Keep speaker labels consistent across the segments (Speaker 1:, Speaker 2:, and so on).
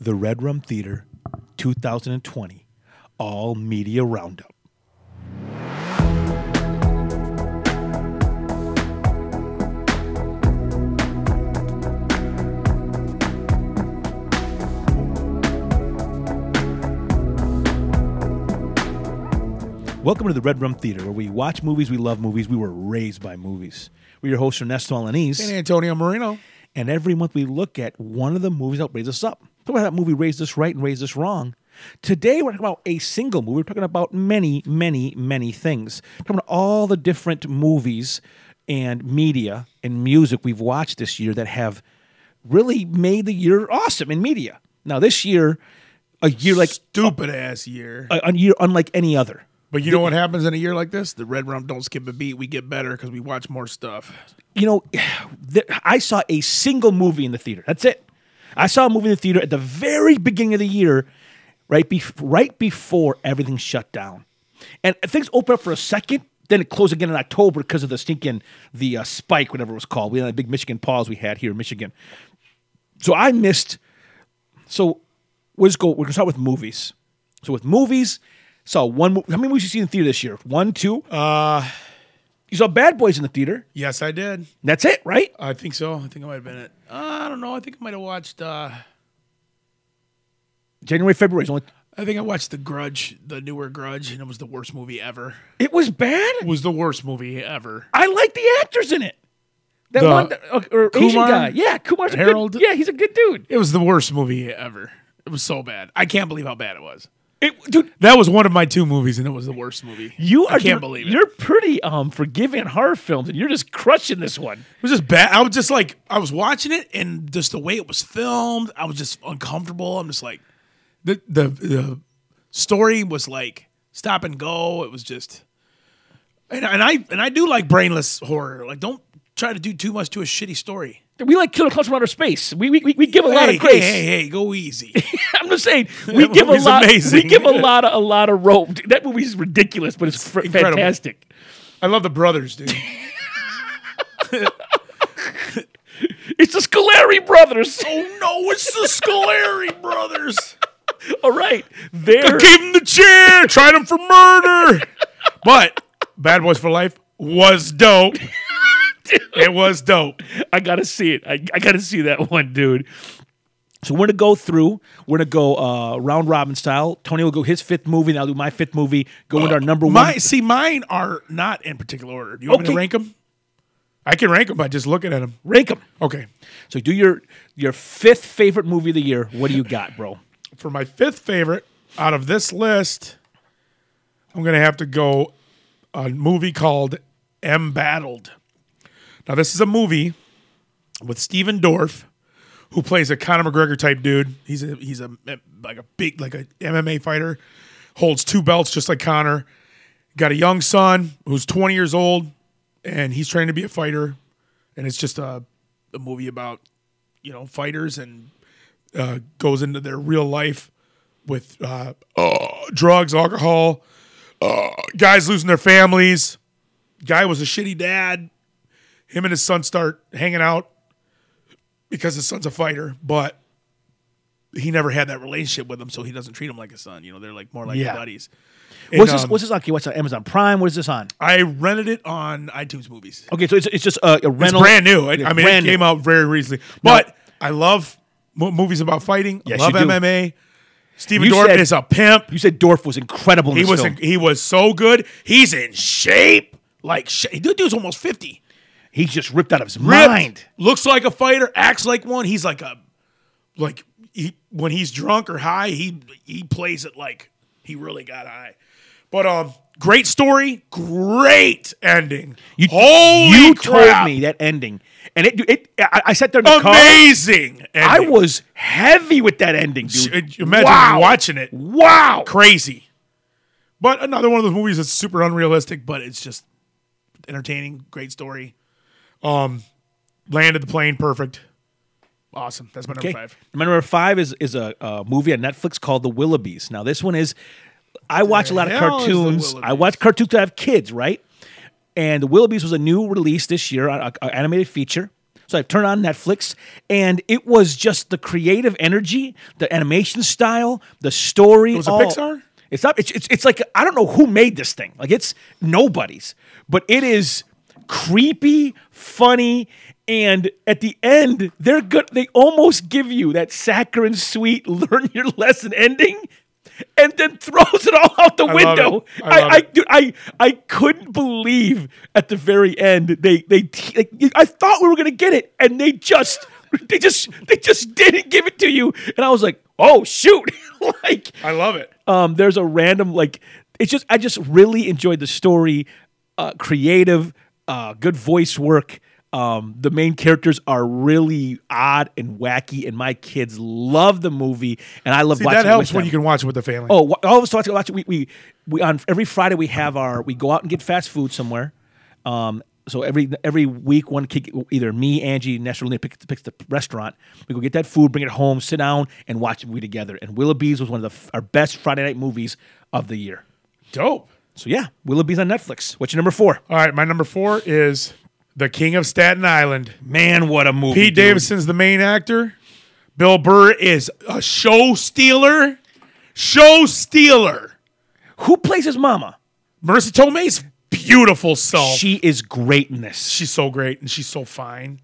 Speaker 1: The Red Rum Theater 2020 All Media Roundup. Welcome to the Red Rum Theater, where we watch movies, we love movies, we were raised by movies. We're your hosts, Ernesto Alanese.
Speaker 2: And Antonio Marino.
Speaker 1: And every month we look at one of the movies that raised us up. Talk about that movie raised us right and raised us wrong. Today we're talking about a single movie. We're talking about many, many, many things. We're talking about all the different movies and media and music we've watched this year that have really made the year awesome in media. Now this year, a year like uh,
Speaker 2: Stupid ass year.
Speaker 1: a, a year unlike any other.
Speaker 2: But you know what happens in a year like this? The Red Rum don't skip a beat. We get better because we watch more stuff.
Speaker 1: you know, th- I saw a single movie in the theater. That's it. I saw a movie in the theater at the very beginning of the year, right, bef right before everything shut down, and things opened up for a second. Then it closed again in October because of the stinking the uh, spike, whatever it was called. We had a big Michigan pause we had here in Michigan. So I missed. So we'll just go. We're gonna start with movies. So with movies, saw one. mo- How many movies you see in the theater this year? One, two.
Speaker 2: Uh
Speaker 1: You saw Bad Boys in the theater.
Speaker 2: yes, I did.
Speaker 1: And that's it, right?
Speaker 2: I think so. I think I might have been it. Uh, I don't know. I think I might have watched uh
Speaker 1: January, February is only
Speaker 2: I think I watched The Grudge, the newer Grudge, and it was the worst movie ever.
Speaker 1: It was bad.
Speaker 2: It was the worst movie ever.
Speaker 1: I like the actors in it. That
Speaker 2: The
Speaker 1: one, uh, or Asian
Speaker 2: Kumar?
Speaker 1: guy. Yeah, Kumar's
Speaker 2: Harold?
Speaker 1: a good. Yeah, he's a good dude.
Speaker 2: It was the worst movie ever. It was so bad. I can't believe how bad it was.
Speaker 1: It, dude,
Speaker 2: That was one of my two movies, and it was the worst movie.
Speaker 1: you are.
Speaker 2: I can't
Speaker 1: you're-
Speaker 2: believe it.
Speaker 1: You're pretty um forgiving on horror films, and you're just crushing this one.
Speaker 2: It was just bad. I was just like, I was watching it, and just the way it was filmed, I was just uncomfortable. I'm just like, the the the story was like stop and go. It was just, and and I and I do like brainless horror. Like, don't try to do too much to a shitty story.
Speaker 1: We like Killer Culture from Outer Space. We we, we, we give a lot
Speaker 2: hey,
Speaker 1: of grace.
Speaker 2: hey, hey, hey, go easy.
Speaker 1: I'm just saying we
Speaker 2: That
Speaker 1: give a
Speaker 2: movie's
Speaker 1: lot. We
Speaker 2: amazing.
Speaker 1: give a lot of a lot of rope. That movie's ridiculous, but it's, fr-
Speaker 2: incredible.
Speaker 1: fantastic.
Speaker 2: I love the brothers, dude.
Speaker 1: It's the Scolari brothers.
Speaker 2: oh no, it's the Scolari brothers.
Speaker 1: All right, they're
Speaker 2: Gave him the chair, tried him for murder. But Bad Boys for Life was dope. It was dope.
Speaker 1: I gotta see it. I, I gotta see that one, dude. So we're gonna go through. We're gonna go uh, round robin style. Tony will go his fifth movie, and I'll do my fifth movie. Go into our number
Speaker 2: My
Speaker 1: one.
Speaker 2: see, mine are not in particular order. Do you want me
Speaker 1: Okay.
Speaker 2: to rank them? I can rank them by just looking at them.
Speaker 1: Rank them.
Speaker 2: Okay,
Speaker 1: So do your your fifth favorite movie of the year. What do you got, bro?
Speaker 2: for my fifth favorite out of this list, I'm gonna have to go a movie called Embattled. Now, this is a movie with Steven Dorff, who plays a Conor McGregor type dude. He's a he's a like a big like a MMA fighter, holds two belts just like Conor. Got a young son who's 20 years old, and he's trying to be a fighter. And it's just a, a movie about you know fighters and uh, goes into their real life with uh, uh, drugs, alcohol, uh, guys losing their families. Guy was a shitty dad. Him and his son start hanging out because his son's a fighter, but he never had that relationship with him, so he doesn't treat him like a son. You know, they're like more like
Speaker 1: Yeah.
Speaker 2: buddies.
Speaker 1: What's
Speaker 2: And,
Speaker 1: this?
Speaker 2: um,
Speaker 1: What's this on? Okay, What's on Amazon Prime? What is this on?
Speaker 2: I rented it on iTunes Movies.
Speaker 1: Okay, so it's, it's just uh, a rental.
Speaker 2: It's brand new. I,
Speaker 1: Yeah,
Speaker 2: I mean, it
Speaker 1: brand
Speaker 2: came
Speaker 1: new.
Speaker 2: out very recently. But I love mo- movies about fighting. I
Speaker 1: Yes,
Speaker 2: love
Speaker 1: you do.
Speaker 2: MMA. Steven
Speaker 1: You
Speaker 2: Dorff
Speaker 1: said-
Speaker 2: is a pimp.
Speaker 1: You said Dorf was incredible. In
Speaker 2: He
Speaker 1: this
Speaker 2: was
Speaker 1: film.
Speaker 2: he was so good. He's in shape. Like sh- dude, dude's almost fifty.
Speaker 1: He's just ripped out of his
Speaker 2: Ripped.
Speaker 1: mind.
Speaker 2: Looks like a fighter. Acts like one. He's like a like he when he's drunk or high, he he plays it like he really got high. But um, great story, great ending.
Speaker 1: You,
Speaker 2: Holy
Speaker 1: you told
Speaker 2: crap.
Speaker 1: me that ending, and it. it I, I sat there in the car.
Speaker 2: amazing.
Speaker 1: I
Speaker 2: ending.
Speaker 1: was heavy with that ending, dude.
Speaker 2: Sh- Imagine
Speaker 1: wow.
Speaker 2: watching it.
Speaker 1: Wow.
Speaker 2: Crazy. But another one of those movies that's super unrealistic, but it's just entertaining. Great story. Um, landed the plane perfect. Awesome. That's my number
Speaker 1: Okay.
Speaker 2: five.
Speaker 1: My number five is is a, a movie on Netflix called The Willoughbys. Now this one is, I watch a lot of
Speaker 2: The hell is The
Speaker 1: cartoons. I
Speaker 2: Willoughbys?
Speaker 1: watch cartoons that have kids, right? And The Willoughbys was a new release this year, an animated feature. So I turned on Netflix, and it was just the creative energy, the animation style, the story. It
Speaker 2: was a Pixar?
Speaker 1: It's not. It's, it's it's like I don't know who made this thing. Like it's nobody's, but it is creepy, funny, and at the end they're good. They almost give you that saccharine sweet learn your lesson ending, and then throws it all out the
Speaker 2: love
Speaker 1: window.
Speaker 2: it. I love
Speaker 1: I,
Speaker 2: it.
Speaker 1: dude, I I couldn't believe at the very end they they t- like, I thought we were gonna get it, and they just they just they just didn't give it to you, and I was like, oh shoot, like
Speaker 2: I love it.
Speaker 1: um, there's a random like it's just I just really enjoyed the story, uh, creative, uh, good voice work. Um, the main characters are really odd and wacky, and my kids love the movie, and I love
Speaker 2: See,
Speaker 1: watching
Speaker 2: that
Speaker 1: it
Speaker 2: helps
Speaker 1: with
Speaker 2: when
Speaker 1: them.
Speaker 2: you can watch it with the family.
Speaker 1: Oh, wh- all of us watch watch we, we we on every Friday we have our we go out and get fast food somewhere. Um, so every every week one kid either me Angie Nestor Lena picks, picks the restaurant. We go get that food, bring it home, sit down, and watch a movie together. And Willoughby's was one of the f- our best Friday night movies of the year.
Speaker 2: dope.
Speaker 1: So yeah, Willoughby's on Netflix. What's your number four?
Speaker 2: All right, my number four is The King of Staten Island.
Speaker 1: Man, what a movie!
Speaker 2: Pete Davidson's the main actor. Bill Burr is a show stealer. Show stealer.
Speaker 1: Who plays his mama?
Speaker 2: Marissa Tomei's beautiful self.
Speaker 1: She is great in this.
Speaker 2: she's so great and she's so fine.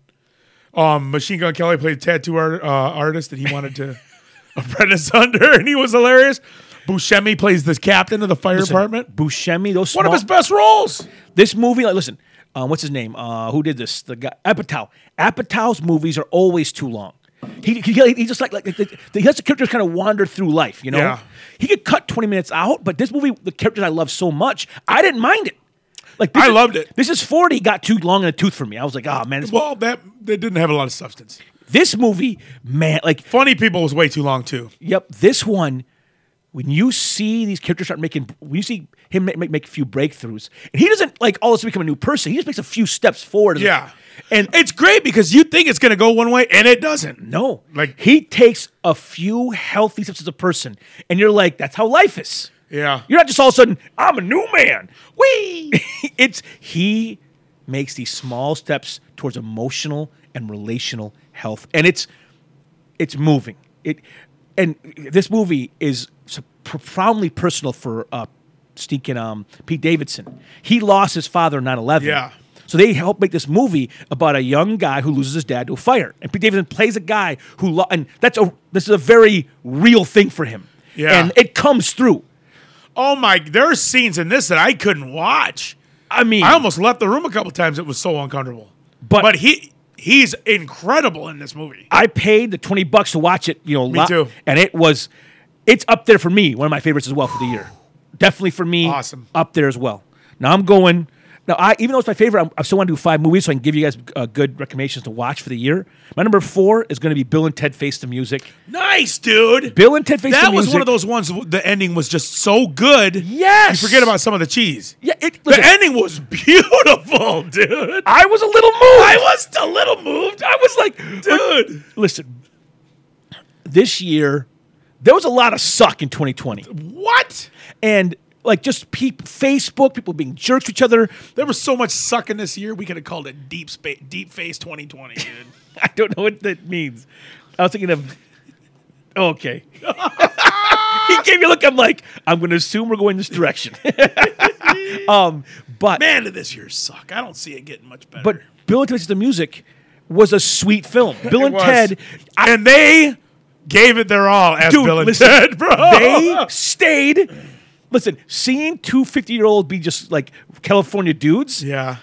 Speaker 2: Um, Machine Gun Kelly played a tattoo art, uh, artist that he wanted to apprentice under, and he was hilarious. Buscemi plays the captain of the fire department.
Speaker 1: Buscemi, those
Speaker 2: One of
Speaker 1: small-
Speaker 2: his best roles.
Speaker 1: This movie, like, listen, uh, what's his name? Uh, who did this? The guy Apatow. Apatow's movies are always too long. He, he, he just like like the, he lets the characters kind of wander through life, you know.
Speaker 2: Yeah.
Speaker 1: He could cut twenty minutes out, but this movie, the characters I love so much, I didn't mind it. Like this
Speaker 2: I
Speaker 1: is-
Speaker 2: loved it.
Speaker 1: This is forty got too long in the tooth for me. I was like, oh man, this,
Speaker 2: Well, that they didn't have a lot of substance.
Speaker 1: this movie, man, like
Speaker 2: Funny People was way too long too.
Speaker 1: Yep, this one. When you see these characters start making, when you see him make, make, make a few breakthroughs, and he doesn't like all of a sudden become a new person. He just makes a few steps forward.
Speaker 2: Yeah,
Speaker 1: and
Speaker 2: it's great because you think it's going to go one way and it doesn't.
Speaker 1: no,
Speaker 2: Like-
Speaker 1: he takes a few healthy steps as a person, and you're like, that's how life is.
Speaker 2: Yeah.
Speaker 1: you're not just all of a sudden, I'm a new man. Whee! it's he makes these small steps towards emotional and relational health, and it's it's moving. It and this movie is so profoundly personal for uh, stinking um, Pete Davidson. He lost his father in 9-11.
Speaker 2: Yeah.
Speaker 1: So they helped make this movie about a young guy who loses his dad to a fire, and Pete Davidson plays a guy who, lo- and that's a this is a very real thing for him.
Speaker 2: Yeah.
Speaker 1: and it comes through.
Speaker 2: Oh my, there are scenes in this that I couldn't watch.
Speaker 1: I mean,
Speaker 2: I almost left the room a couple times. It was so uncomfortable.
Speaker 1: But-
Speaker 2: but he he's incredible in this movie.
Speaker 1: I paid the twenty bucks to watch it. You know, me
Speaker 2: too.
Speaker 1: And it was, it's up there for me. One of my favorites as well for the year. Definitely for me.
Speaker 2: Awesome.
Speaker 1: Up there as well. Now I'm going. Now I, even though it's my favorite, I'm, I still want to do five movies so I can give you guys uh, good recommendations to watch for the year. My number four is going to be Bill and Ted Face the Music.
Speaker 2: Nice, dude.
Speaker 1: Bill and Ted Face
Speaker 2: that
Speaker 1: the
Speaker 2: was
Speaker 1: Music.
Speaker 2: one of those ones. w- The ending was just so good.
Speaker 1: Yes.
Speaker 2: You forget about some of the cheese.
Speaker 1: Yeah, it,
Speaker 2: The
Speaker 1: listen,
Speaker 2: ending was beautiful, dude.
Speaker 1: I was a little moved.
Speaker 2: I was a little moved. I was like, dude,
Speaker 1: listen, this year there was a lot of suck in 2020,
Speaker 2: what?
Speaker 1: and like just pe- Facebook, people being jerks to each other.
Speaker 2: There was so much sucking this year. We could have called it deep space, deep face 2020, dude.
Speaker 1: I don't know what that means. I was thinking of. Okay. he gave me a look. I'm like, I'm going to assume we're going this direction. um, but
Speaker 2: Man, did this year suck? I don't see it getting much better.
Speaker 1: but Bill and Ted's the Music was a sweet film. Bill and
Speaker 2: was.
Speaker 1: Ted, I,
Speaker 2: and they gave it their all as
Speaker 1: Dude,
Speaker 2: Bill and
Speaker 1: listen,
Speaker 2: Ted, bro.
Speaker 1: they stayed. Listen, seeing two 50 year old be just like California dudes.
Speaker 2: yeah.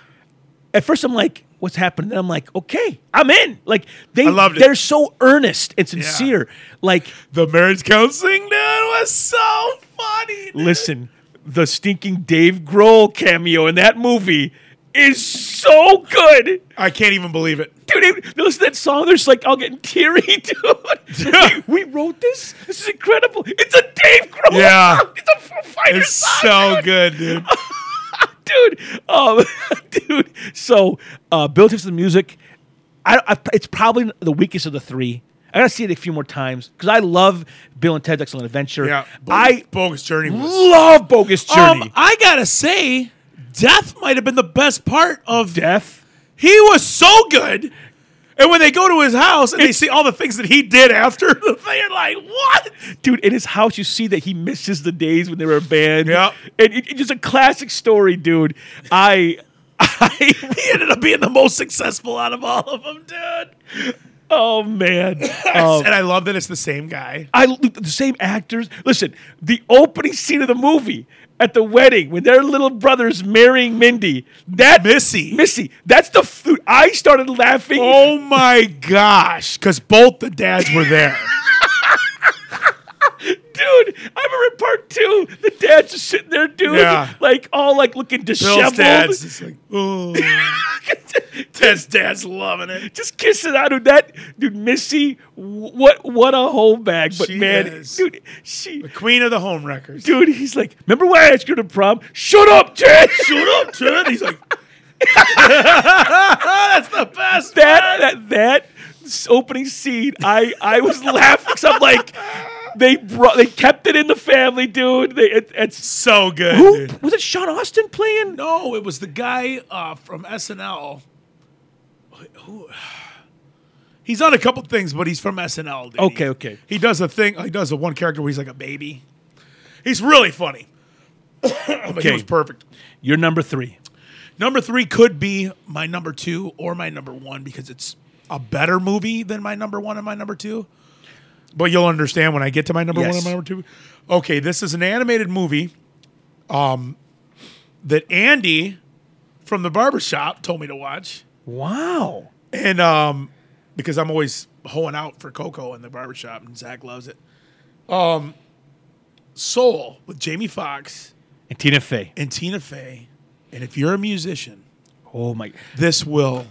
Speaker 1: At first, I'm like, what's happening? Then I'm like, okay, I'm in. Like they,
Speaker 2: loved it.
Speaker 1: they're so earnest and sincere. Like
Speaker 2: The marriage counseling, dude, was so funny. dude.
Speaker 1: Listen, the stinking Dave Grohl cameo in that movie is so good.
Speaker 2: I can't even believe it.
Speaker 1: Dude, it- listen to that song. There's like, I'll get teary, dude.
Speaker 2: Yeah.
Speaker 1: We, we wrote this? This is incredible. It's a Dave Grohl
Speaker 2: Yeah.
Speaker 1: song. It's a Foo Fighters
Speaker 2: It's
Speaker 1: song,
Speaker 2: so
Speaker 1: dude.
Speaker 2: good, dude.
Speaker 1: Dude, um, dude. So, uh, Bill Tips the Music, I, I, it's probably the weakest of the three. I gotta see it a few more times because I love Bill and Ted's Excellent Adventure.
Speaker 2: Yeah,
Speaker 1: I
Speaker 2: bogus journey. Was.
Speaker 1: love Bogus Journey.
Speaker 2: Um, I gotta say, death might have been the best part of.
Speaker 1: Death.
Speaker 2: He was so good, And when they go to his house and they see all the things that he did after, they're like, "What?"
Speaker 1: Dude, in his house, you see that he misses the days when they were a band.
Speaker 2: Yep.
Speaker 1: And it, it's just a classic story, dude. I, I,
Speaker 2: He ended up being the most successful out of all of them, dude.
Speaker 1: oh man. Um,
Speaker 2: and I love that it's the same guy.
Speaker 1: I the same actors. Listen, the opening scene of the movie at the wedding when their little brother's marrying Mindy. That
Speaker 2: Missy.
Speaker 1: Missy. That's the food. I started laughing.
Speaker 2: Oh my gosh! Because both the dads were there.
Speaker 1: Dude, I remember in part two, the dad's just sitting there, dude,
Speaker 2: Yeah.
Speaker 1: like all like looking
Speaker 2: Bill's
Speaker 1: disheveled,
Speaker 2: dad's just like, "Oh." Ted's dad's loving it.
Speaker 1: just kissing out of that dude. Missy, wh- what what a whole bag! But
Speaker 2: She
Speaker 1: man,
Speaker 2: is.
Speaker 1: dude, she,
Speaker 2: Queen of the home wreckers.
Speaker 1: dude, he's like, remember when I asked you to prom? Shut up, Ted.
Speaker 2: Shut up, Ted. He's like, that's the best.
Speaker 1: that that that s- opening scene, I I was laughing. 'cause I'm like, they brought they kept it in the family, dude. They it, it's
Speaker 2: So good.
Speaker 1: who
Speaker 2: dude.
Speaker 1: was it? Sean Austin playing?
Speaker 2: No, it was the guy uh, from SNL. Who? He's on a couple things, but he's from SNL. Dude.
Speaker 1: Okay, okay.
Speaker 2: He does a thing. He does the one character where he's like a baby. He's really funny. okay, he
Speaker 1: Okay.
Speaker 2: was perfect.
Speaker 1: You're number three.
Speaker 2: Number three could be my number two or my number one because it's a better movie than my number one and my number two. But you'll understand when I get to my number one
Speaker 1: Yes.
Speaker 2: and my number two. Okay, this is an animated movie um, that Andy from the barbershop told me to watch.
Speaker 1: Wow.
Speaker 2: And um, because I'm always hoeing out for Coco in the barbershop, and Zach loves it. Um, Soul with Jamie Foxx
Speaker 1: And Tina Fey.
Speaker 2: and Tina Fey. And if you're a musician,
Speaker 1: Oh my.
Speaker 2: this will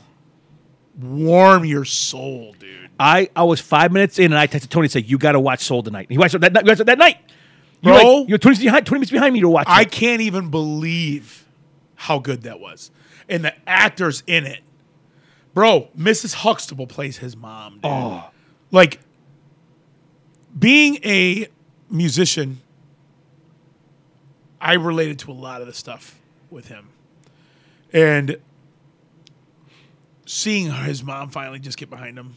Speaker 2: warm your soul, dude.
Speaker 1: I I was five minutes in, and I texted Tony and said, "You got to watch Soul tonight." And he watched it that night. you watched it that night. You're
Speaker 2: Bro.
Speaker 1: like, you're 20 minutes behind. 20 minutes behind me to watch.
Speaker 2: I
Speaker 1: it.
Speaker 2: can't even believe how good that was. And the actors in it. Bro, Mrs. Huxtable plays his mom, dude. Like being a musician, I related to a lot of the stuff with him. And seeing his mom finally just get behind him.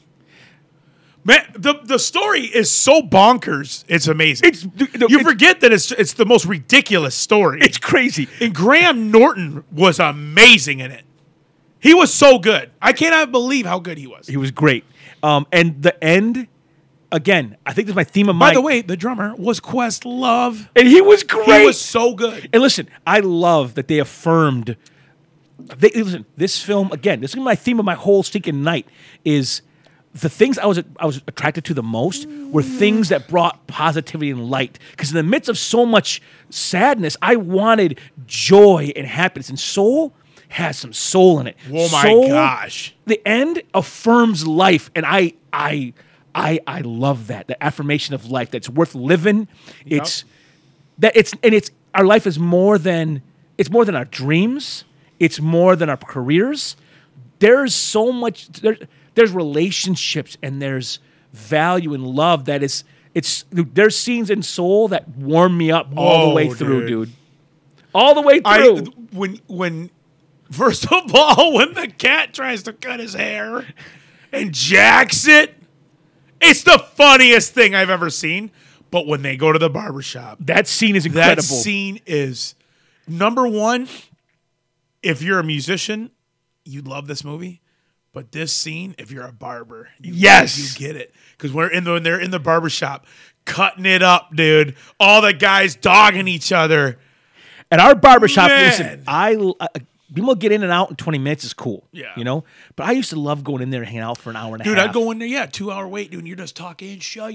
Speaker 2: Man, the, the story is so bonkers. It's amazing.
Speaker 1: It's- dude, no,
Speaker 2: you
Speaker 1: it's-
Speaker 2: forget that it's it's the most ridiculous story.
Speaker 1: It's crazy.
Speaker 2: and Graham Norton was amazing in it. He was so good. I cannot believe how good he was.
Speaker 1: He was great. Um, and the end. Again, I think this is my theme of
Speaker 2: By
Speaker 1: my.
Speaker 2: the way, the drummer was Quest Love.
Speaker 1: and he was great.
Speaker 2: He was so good.
Speaker 1: And listen, I love that they affirmed. They listen. This film again. This is my theme of my whole stinking night. Is the things I was I was attracted to the most were things that brought positivity and light. Because in the midst of so much sadness, I wanted joy and happiness. And soul has some soul in it.
Speaker 2: Oh my
Speaker 1: Soul-
Speaker 2: gosh.
Speaker 1: The end affirms life, and I I I I love that. The affirmation of life that's worth living. It's that it's and it's our life is more than it's more than our dreams it's more than our careers there's so much there, there's relationships and there's value and love that is it's there's scenes in soul that warm me up all the way
Speaker 2: Whoa,
Speaker 1: through
Speaker 2: dude.
Speaker 1: dude, all the way
Speaker 2: I
Speaker 1: through
Speaker 2: when when first of all, when the cat tries to cut his hair and jacks it, it's the funniest thing I've ever seen. But when they go to the barbershop,
Speaker 1: that scene is
Speaker 2: that
Speaker 1: incredible
Speaker 2: scene is number one. If you're a musician, you love this movie. But this scene, if you're a barber, you,
Speaker 1: Yes.
Speaker 2: you get it because we're in the when they're in the barbershop, cutting it up, dude. All the guys dogging each other.
Speaker 1: At our barbershop,
Speaker 2: Man.
Speaker 1: listen, I, uh, I people get in and out in 20 minutes is cool.
Speaker 2: Yeah.
Speaker 1: You know? But I used to love going in there and hanging out for an hour and
Speaker 2: Dude,
Speaker 1: a half.
Speaker 2: I'd go in there, yeah, two hour wait, dude, and you're just talking shit.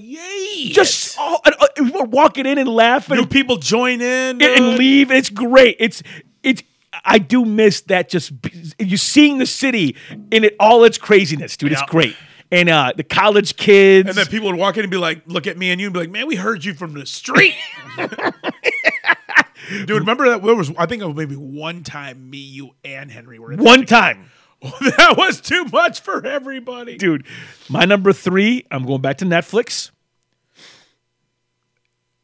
Speaker 1: just oh, and, uh, we were walking in and laughing
Speaker 2: new
Speaker 1: and,
Speaker 2: people join in
Speaker 1: and
Speaker 2: dude.
Speaker 1: leave. It's great. It's it's. I do miss that. Just b- you seeing the city in it all its craziness, dude.
Speaker 2: Yeah.
Speaker 1: It's great. And uh, the college kids.
Speaker 2: And then people would walk in and be like, look at me and you and be like, man, we heard you from the street. Dude, remember that there was I think it was maybe one time me, you, and Henry were in
Speaker 1: one time,
Speaker 2: that was too much for everybody.
Speaker 1: dude. My number three. I'm going back to Netflix.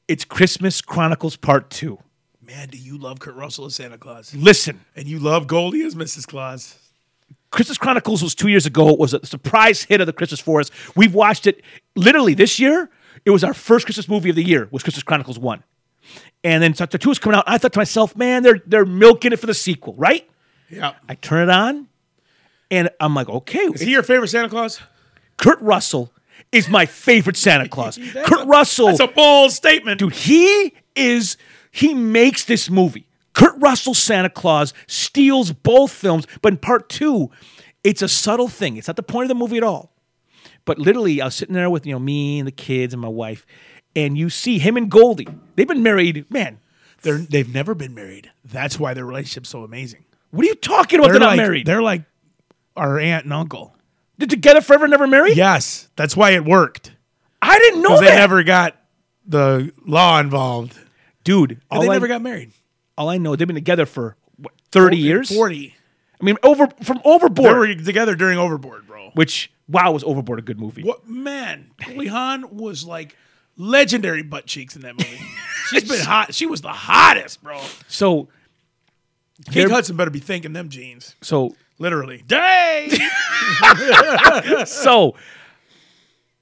Speaker 1: It's Christmas Chronicles Part Two.
Speaker 2: Man, do you love Kurt Russell as Santa Claus?
Speaker 1: Listen,
Speaker 2: And you love Goldie as Mrs. Claus.
Speaker 1: Christmas Chronicles was two years ago. It was a surprise hit of the Christmas for us. We've watched it literally this year. It was our first Christmas movie of the year. Was Christmas Chronicles one, and then chapter two was coming out. I thought to myself, man, they're they're milking it for the sequel, right?
Speaker 2: Yeah.
Speaker 1: I turn it on, and I'm like, okay,
Speaker 2: Is he your favorite Santa Claus?
Speaker 1: Kurt Russell is my favorite Santa Claus. Kurt
Speaker 2: a-
Speaker 1: Russell,
Speaker 2: That's a bold statement.
Speaker 1: Oh. dude, he is he makes this movie. Kurt Russell Santa Claus steals both films, but in part two, it's a subtle thing. It's not the point of the movie at all. But literally, I was sitting there with you know me and the kids and my wife, and you see him and Goldie. They've been married, man.
Speaker 2: They're, they've never been married. That's why their relationship's so amazing.
Speaker 1: What are you talking about? They're, not
Speaker 2: like,
Speaker 1: married. They're,
Speaker 2: They're like our aunt and uncle.
Speaker 1: together forever, never married.
Speaker 2: Yes, that's why it worked.
Speaker 1: I didn't know
Speaker 2: 'Cause
Speaker 1: that,
Speaker 2: They never got the law involved.
Speaker 1: dude. All
Speaker 2: they
Speaker 1: I,
Speaker 2: never got married.
Speaker 1: all I know, they've been together for what, thirty years.
Speaker 2: Forty.
Speaker 1: I mean, over from
Speaker 2: They
Speaker 1: Overboard,
Speaker 2: were together during Overboard, bro.
Speaker 1: which wow was Overboard a good movie.
Speaker 2: What man? Goldie Hawn was like legendary butt cheeks in that movie. She's been hot. She was the hottest, bro.
Speaker 1: So,
Speaker 2: Kate
Speaker 1: They're-
Speaker 2: Hudson better be thanking them jeans.
Speaker 1: so,
Speaker 2: Literally. Dang.
Speaker 1: so,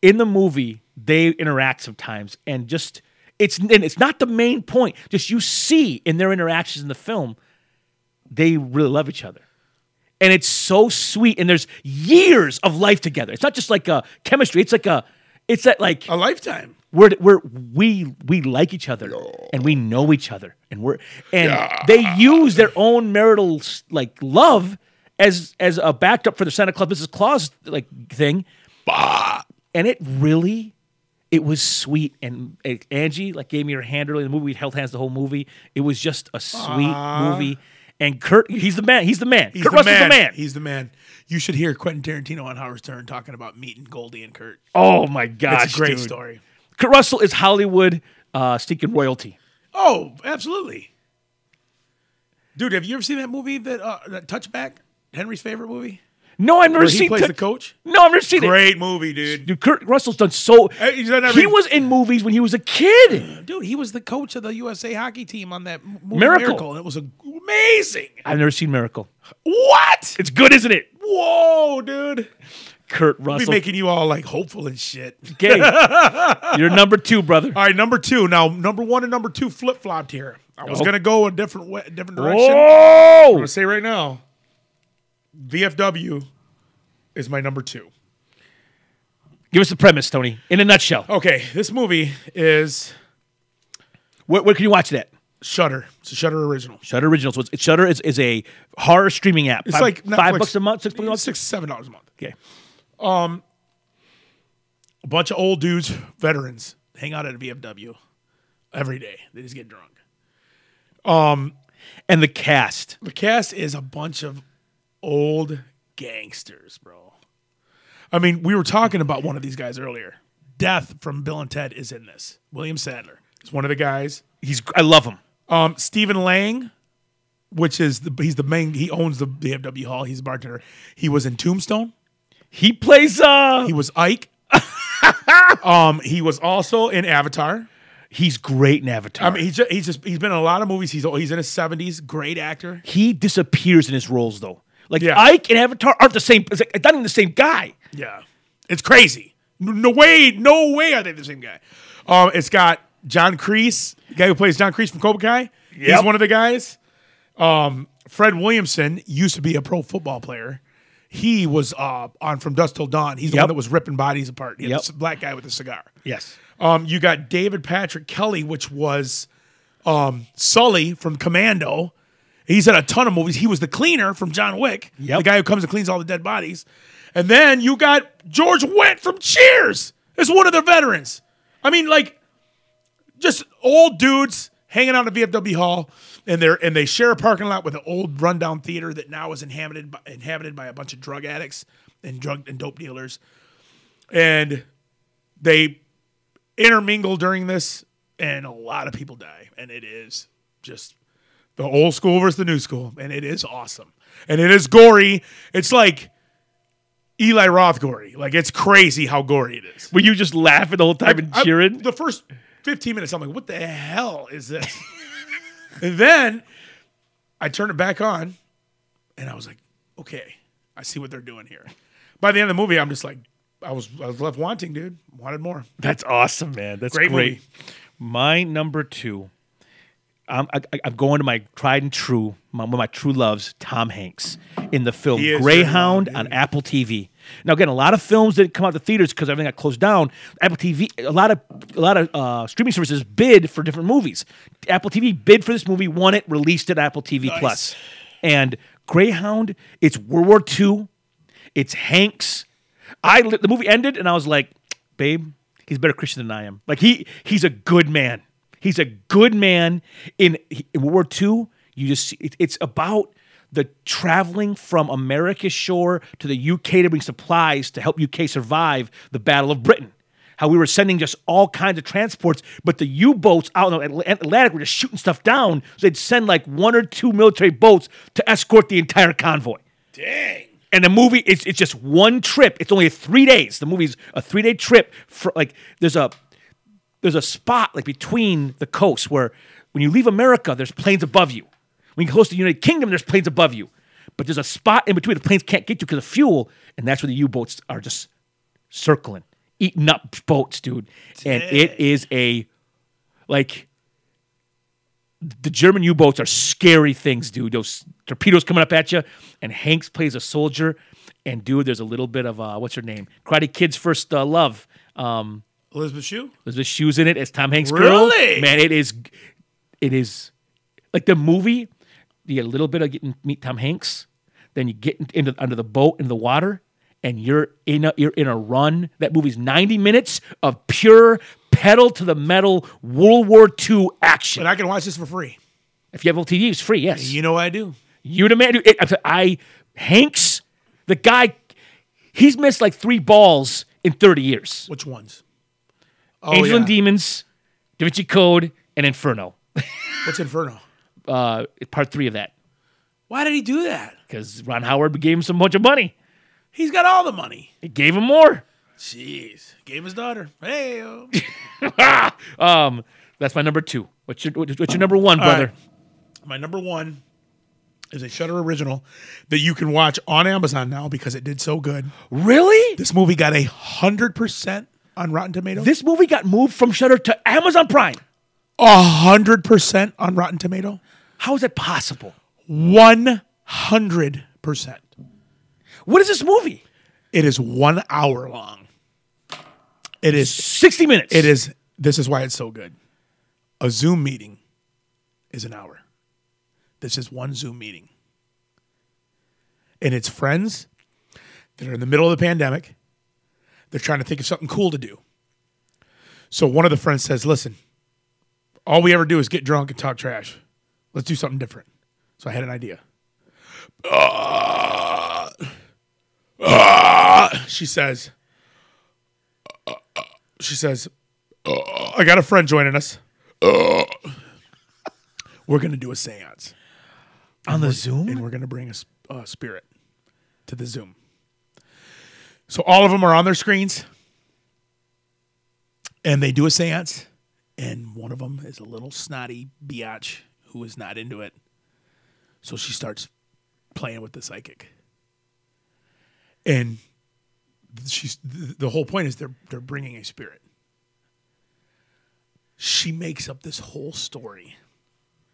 Speaker 1: in the movie, they interact sometimes, and just it's and it's not the main point. Just you see in their interactions in the film, they really love each other. And it's so sweet, and there's years of life together. It's not just like a chemistry. It's like a, it's that like
Speaker 2: a lifetime.
Speaker 1: we're we're we we like each other and we know each other and we're and they use their own marital s- like love as as a backdrop for the Santa Claus Mrs. Claus like thing, and it really it was sweet and, and Angie like gave me her hand early in the movie we held hands the whole movie it was just a sweet movie and Kurt he's the man he's the man
Speaker 2: He's
Speaker 1: Kurt
Speaker 2: the
Speaker 1: Russell's
Speaker 2: man.
Speaker 1: the man
Speaker 2: He's the man. You should hear Quentin Tarantino on Howard Stern talking about meeting Goldie and Kurt.
Speaker 1: oh my gosh
Speaker 2: That's a great
Speaker 1: dude.
Speaker 2: story.
Speaker 1: Kurt Russell is Hollywood uh, stinking royalty.
Speaker 2: Oh, absolutely. Dude, have you ever seen that movie that, uh, that Touchback? Henry's favorite movie?
Speaker 1: No, I've never
Speaker 2: Where
Speaker 1: seen.
Speaker 2: he plays
Speaker 1: Tut-
Speaker 2: the coach?
Speaker 1: No, I've never seen it.
Speaker 2: Great movie, dude.
Speaker 1: Dude, Kurt Russell's done so.
Speaker 2: Hey, he's done every-
Speaker 1: he was in movies when he was a kid.
Speaker 2: Dude, he was the coach of the USA hockey team on that m- movie
Speaker 1: Miracle.
Speaker 2: Miracle. and it was amazing.
Speaker 1: I've never seen Miracle.
Speaker 2: What?
Speaker 1: It's good, isn't it?
Speaker 2: Whoa, dude.
Speaker 1: Kurt
Speaker 2: Be
Speaker 1: Russell.
Speaker 2: making you all like hopeful and shit.
Speaker 1: Gay. You're number two, brother.
Speaker 2: All right, number two. Now, number one and number two flip flopped here. I was
Speaker 1: Oh.
Speaker 2: gonna go a different way, different direction. I'm
Speaker 1: Oh,
Speaker 2: gonna say right now, VFW is my number two.
Speaker 1: give us the premise, Tony, in a nutshell.
Speaker 2: Okay, this movie is
Speaker 1: Where, where can you watch that?
Speaker 2: Shutter. It's a Shutter original.
Speaker 1: Shutter Originals. So it's- Shutter is, is a horror streaming app.
Speaker 2: It's
Speaker 1: five,
Speaker 2: like
Speaker 1: five
Speaker 2: Netflix.
Speaker 1: bucks a month, six bucks a month.
Speaker 2: Six, seven dollars a month.
Speaker 1: Okay.
Speaker 2: A bunch of old dudes, veterans, hang out at a VFW every day. They just get drunk.
Speaker 1: And the cast.
Speaker 2: The cast is a bunch of old gangsters, bro. I mean, we were talking about one of these guys earlier. Death from Bill and Ted is in this. William Sadler is one of the guys.
Speaker 1: He's. I love him.
Speaker 2: Um, Stephen Lang, which is the, he's the main, he owns the BFW Hall. He's a bartender. He was in Tombstone.
Speaker 1: He plays. Uh,
Speaker 2: He was Ike. um, he was also in Avatar.
Speaker 1: he's great in Avatar.
Speaker 2: I mean, he's just, he's just he's been in a lot of movies. He's he's in his seventies. Great actor.
Speaker 1: he disappears in his roles though. Like
Speaker 2: Yeah.
Speaker 1: Ike and Avatar aren't the same. It's like, it's not even the same guy.
Speaker 2: Yeah, it's crazy. N- No way, no way are they the same guy. Um, it's got John Kreese, the guy who plays John Kreese from Cobra Kai. He's
Speaker 1: Yep.
Speaker 2: one of the guys. Um, Fred Williamson used to be a pro football player. He was uh, on From Dust Till Dawn. He's the
Speaker 1: Yep.
Speaker 2: one that was ripping bodies apart. He had
Speaker 1: Yep.
Speaker 2: this black guy with a cigar.
Speaker 1: Yes.
Speaker 2: Um, you got David Patrick Kelly, which was um, Sully from Commando. He's in a ton of movies. He was the cleaner from John Wick,
Speaker 1: Yep.
Speaker 2: the guy who comes and cleans all the dead bodies. And then you got George Wendt from Cheers as one of the veterans. I mean, like, just old dudes hanging out at VFW Hall, and they're and they share a parking lot with an old rundown theater that now is inhabited by, inhabited by a bunch of drug addicts and drug and dope dealers, and they intermingle during this, and a lot of people die, and it is just the old school versus the new school, and it is awesome, and it is gory. It's like Eli Roth gory, like it's crazy how gory it is.
Speaker 1: Were you just laughing the whole time and
Speaker 2: I-
Speaker 1: cheering?
Speaker 2: the first 15 minutes, I'm like, what the hell is this? and then I turned it back on and I was like, okay, I see what they're doing here. By the end of the movie, I'm just like, I was I was left wanting, dude. Wanted more.
Speaker 1: That's awesome, man. That's
Speaker 2: Great
Speaker 1: great.
Speaker 2: movie.
Speaker 1: My number two. I'm, I, I'm going to my tried and true, my, one of my true loves, Tom Hanks, in the film
Speaker 2: He is
Speaker 1: Greyhound
Speaker 2: very
Speaker 1: on Apple TV. Now, again, a lot of films didn't come out to theaters because everything got closed down. Apple TV, a lot of a lot of uh, streaming services bid for different movies. Apple TV bid for this movie, won it, released it on Apple TV Plus. And Greyhound, it's World War II. It's Hanks. I li- the movie ended and I was like, babe, he's a better Christian than I am. Like he he's a good man. He's a good man. In, in World War II, you just see- it, it's about the traveling from America's shore to the UK to bring supplies to help UK survive the Battle of Britain. How we were sending just all kinds of transports, but the U boats out in the Atl- Atlantic were just shooting stuff down. So they'd send like one or two military boats to escort the entire convoy.
Speaker 2: Dang.
Speaker 1: And the movie it's it's just one trip. It's only three days. The movie's a three day trip. For like there's a there's a spot like between the coasts where when you leave America, there's planes above you. When you go close to the United Kingdom, there's planes above you. But there's a spot in between the planes can't get you because of fuel, and that's where the U-boats are just circling, eating up boats, dude. And it is a like the German U-boats are scary things, dude. Those torpedoes coming up at you, and Hanks plays a soldier. And dude, there's a little bit of uh, what's her name? Karate Kid's first uh, love. Um,
Speaker 2: Elizabeth Shue?
Speaker 1: Elizabeth Shoes in it as Tom Hanks'
Speaker 2: Really?
Speaker 1: girl. Man, it is, it is, like the movie. You get a little bit of getting meet Tom Hanks, then you get in- into under the boat in the water, and you're in a you're in a run. That movie's ninety minutes of pure pedal to the metal World War II action.
Speaker 2: But I can watch this for free.
Speaker 1: if you have OTD, it's free. Yes,
Speaker 2: You know what I do.
Speaker 1: you the man. Dude, it, I Hanks, the guy, he's missed like three balls in thirty years.
Speaker 2: Which ones? Oh,
Speaker 1: Angel and
Speaker 2: yeah.
Speaker 1: Demons, Da Vinci Code, and Inferno.
Speaker 2: What's Inferno?
Speaker 1: Uh, part three of that
Speaker 2: Why did he do that?
Speaker 1: because Ron Howard gave him some bunch of money.
Speaker 2: He's got all the money.
Speaker 1: He gave him more.
Speaker 2: Jeez. Gave his daughter. Hey. oh.
Speaker 1: Um, that's my number two. What's your what- what's your number one, brother?
Speaker 2: right. My number one is a Shutter original that you can watch on Amazon now because it did so good.
Speaker 1: Really?
Speaker 2: This movie got a hundred percent on Rotten Tomatoes.
Speaker 1: This movie got moved from Shutter to Amazon Prime.
Speaker 2: A hundred percent on Rotten Tomato.
Speaker 1: How is that possible?
Speaker 2: One hundred percent.
Speaker 1: What is this movie?
Speaker 2: It is one hour long. It is.
Speaker 1: Sixty minutes.
Speaker 2: It is. This is why it's so good. A Zoom meeting is an hour. This is one Zoom meeting, and it's friends that are in the middle of the pandemic. They're trying to think of something cool to do. So one of the friends says, "Listen, all we ever do is get drunk and talk trash. Let's do something different." So I had an idea. Ah. Ah, she says uh, she says, "Uh, I got a friend joining us. Uh, we're going to do a seance
Speaker 1: on the
Speaker 2: and
Speaker 1: Zoom.
Speaker 2: we're going to bring a s- a spirit to the Zoom. So all of them are on their screens and they do a seance. And one of them is a little snotty biatch who is not into it. So she starts playing with the psychic. And she's th- the whole point is they're they're bringing a spirit. She makes up this whole story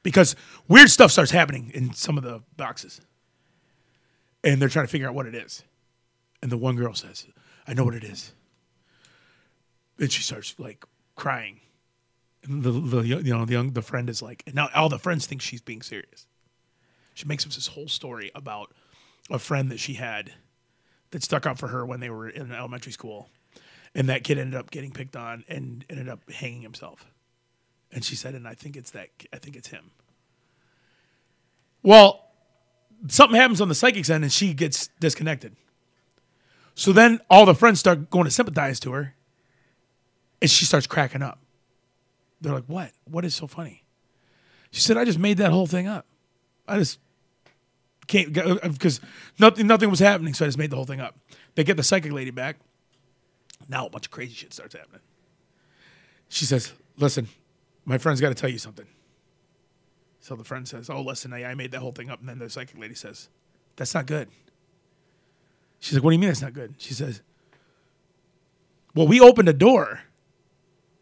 Speaker 2: because weird stuff starts happening in some of the boxes, and they're trying to figure out what it is. And the one girl says, "I know what it is," and she starts like crying. And the the young- you know the young the friend is like and now all the friends think she's being serious. She makes up this whole story about a friend that she had that stuck out for her when they were in elementary school. And that kid ended up getting picked on and ended up hanging himself. And she said, and I think it's that, I think it's him. Well, something happens on the psychic's end and she gets disconnected. So then all the friends start going to sympathize to her and she starts cracking up. They're like, what? What is so funny? She said, I just made that whole thing up. I just can't because nothing nothing was happening, so I just made the whole thing up. They get the psychic lady back. Now a bunch of crazy shit starts happening. She says, "Listen, my friend's got to tell you something." So the friend says, "Oh, listen, I, I made that whole thing up." And then the psychic lady says, "That's not good." She's like, "What do you mean that's not good?" She says, "Well, we opened a door,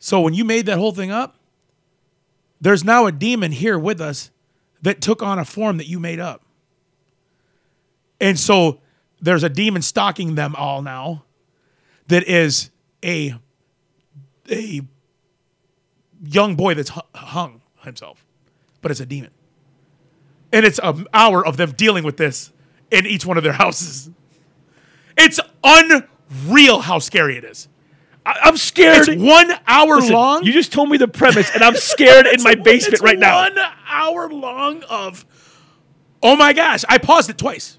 Speaker 2: so when you made that whole thing up, there's now a demon here with us that took on a form that you made up, and so there's a demon stalking them all now, that is a a young boy that's hu- hung himself, but it's a demon." and it's an hour of them dealing with this in each one of their houses. It's unreal how scary it is.
Speaker 1: I, I'm scared.
Speaker 2: It's one hour
Speaker 1: Listen,
Speaker 2: long.
Speaker 1: You just told me the premise, and I'm scared in my
Speaker 2: It's-
Speaker 1: basement
Speaker 2: it's
Speaker 1: right now.
Speaker 2: One hour long of, oh my gosh! I paused it twice.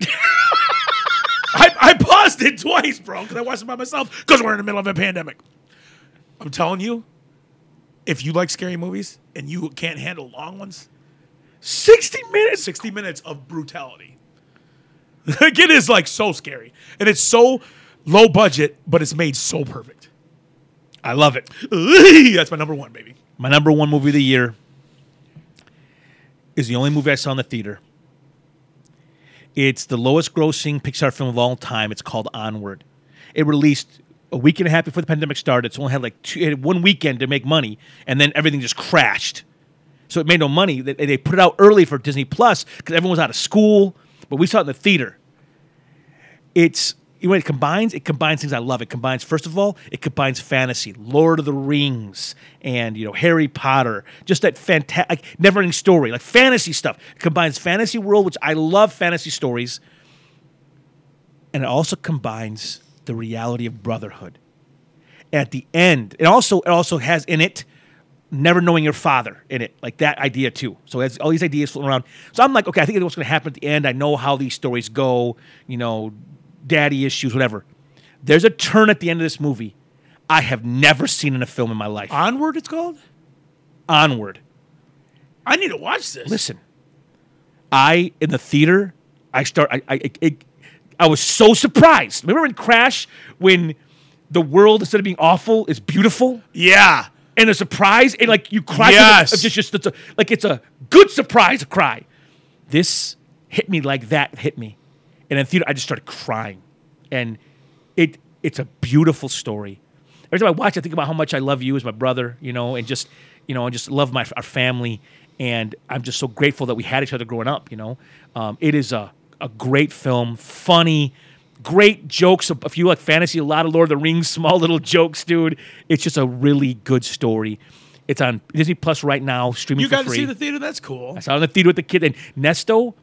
Speaker 2: I, I paused it twice, bro, because I watched it by myself because we're in the middle of a pandemic. I'm telling you, if you like scary movies and you can't handle long ones,
Speaker 1: 60 minutes.
Speaker 2: 60 minutes of brutality. like it is like so scary. And it's so low budget, but it's made so perfect.
Speaker 1: I love it.
Speaker 2: That's my number one, baby.
Speaker 1: My number one movie of the year is the only movie I saw in the theater. It's the lowest grossing Pixar film of all time. It's called Onward. It released a week and a half before the pandemic started. It's only had like two, it had one weekend to make money, and then everything just crashed. So it made no money. They, they put it out early for Disney Plus because everyone was out of school, but we saw it in the theater. It's you know what it combines? It combines things I love. It combines, first of all, it combines fantasy, Lord of the Rings, and you know Harry Potter, just that fantastic, like, never-ending story, like fantasy stuff. It combines fantasy world, which I love fantasy stories, and it also combines the reality of brotherhood. At the end, it also it also has in it never knowing your father in it, like that idea too. So it's all these ideas floating around. So I'm like, okay, I think I know what's going to happen at the end. I know how these stories go, you know, daddy issues, whatever. There's a turn at the end of this movie I have never seen in a film in my life.
Speaker 2: Onward, it's called.
Speaker 1: Onward.
Speaker 2: I need to watch this.
Speaker 1: Listen, I in the theater, I start. I I it, I was so surprised. Remember in Crash when the world instead of being awful is beautiful
Speaker 2: Yeah.
Speaker 1: and a surprise and like you cry. 'cause
Speaker 2: Yes.
Speaker 1: It's just just it's a, like it's a good surprise cry. This hit me like that hit me, and in theater I just started crying, and it it's a beautiful story. Every time I watch, I think about how much I love you as my brother, you know, and just you know, I just love my our family, and I'm just so grateful that we had each other growing up. You know, um, it is a a great film, funny. Great jokes. If you like fantasy, a lot of Lord of the Rings, small little jokes, dude. It's just a really good story. It's on Disney Plus right now, streaming
Speaker 2: You
Speaker 1: for
Speaker 2: got to
Speaker 1: free.
Speaker 2: see the theater. That's cool.
Speaker 1: I saw it in the theater with the kid and Nesto.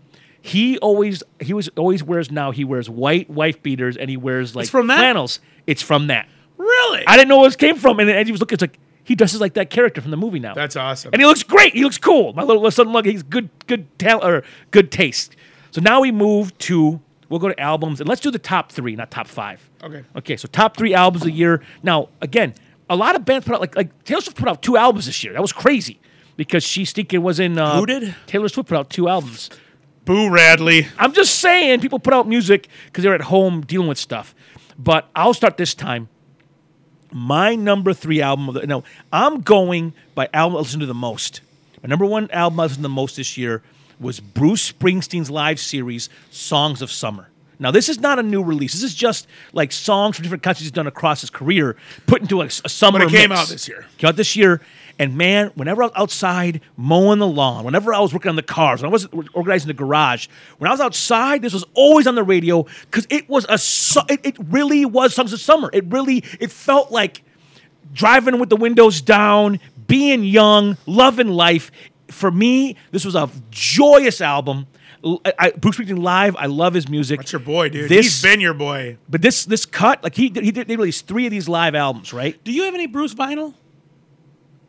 Speaker 1: He always he was always wears now he wears white wife beaters and he wears like
Speaker 2: from that?
Speaker 1: flannels. It's from that.
Speaker 2: Really?
Speaker 1: I didn't know where this came from, and and he was looking. It's like he dresses like that character from the movie now.
Speaker 2: That's awesome.
Speaker 1: And he looks great. He looks cool. My little son, look, he's good, good talent or good taste. So now we move to we'll go to albums and let's do the top three, not top five.
Speaker 2: Okay.
Speaker 1: Okay. So top three albums of the year. Now again, a lot of bands put out like like Taylor Swift put out two albums this year. That was crazy because she stinking was in. Uh,
Speaker 2: Who did?
Speaker 1: Taylor Swift put out two albums.
Speaker 2: Boo Radley.
Speaker 1: I'm just saying people put out music because they're at home dealing with stuff. But I'll start this time. My number three album of the no, I'm going by album I listen to the most. My number one album I listened to the most this year was Bruce Springsteen's live series, Songs of Summer. Now this is not a new release. This is just like songs from different countries he's done across his career, put into a, a summer.
Speaker 2: But it came
Speaker 1: mix.
Speaker 2: out this year.
Speaker 1: Came out this year, and man, whenever I was outside mowing the lawn, whenever I was working on the cars, when I was organizing the garage, when I was outside, this was always on the radio because it was a su- it, it really was songs of summer. It really it felt like driving with the windows down, being young, loving life. For me, this was a joyous album. L- I, I- Bruce Springsteen live. I love his music.
Speaker 2: That's your boy, dude.
Speaker 1: This,
Speaker 2: He's been your boy.
Speaker 1: but this this cut like he did- he did, they released three of these live albums, right?
Speaker 2: Do you have any Bruce vinyl?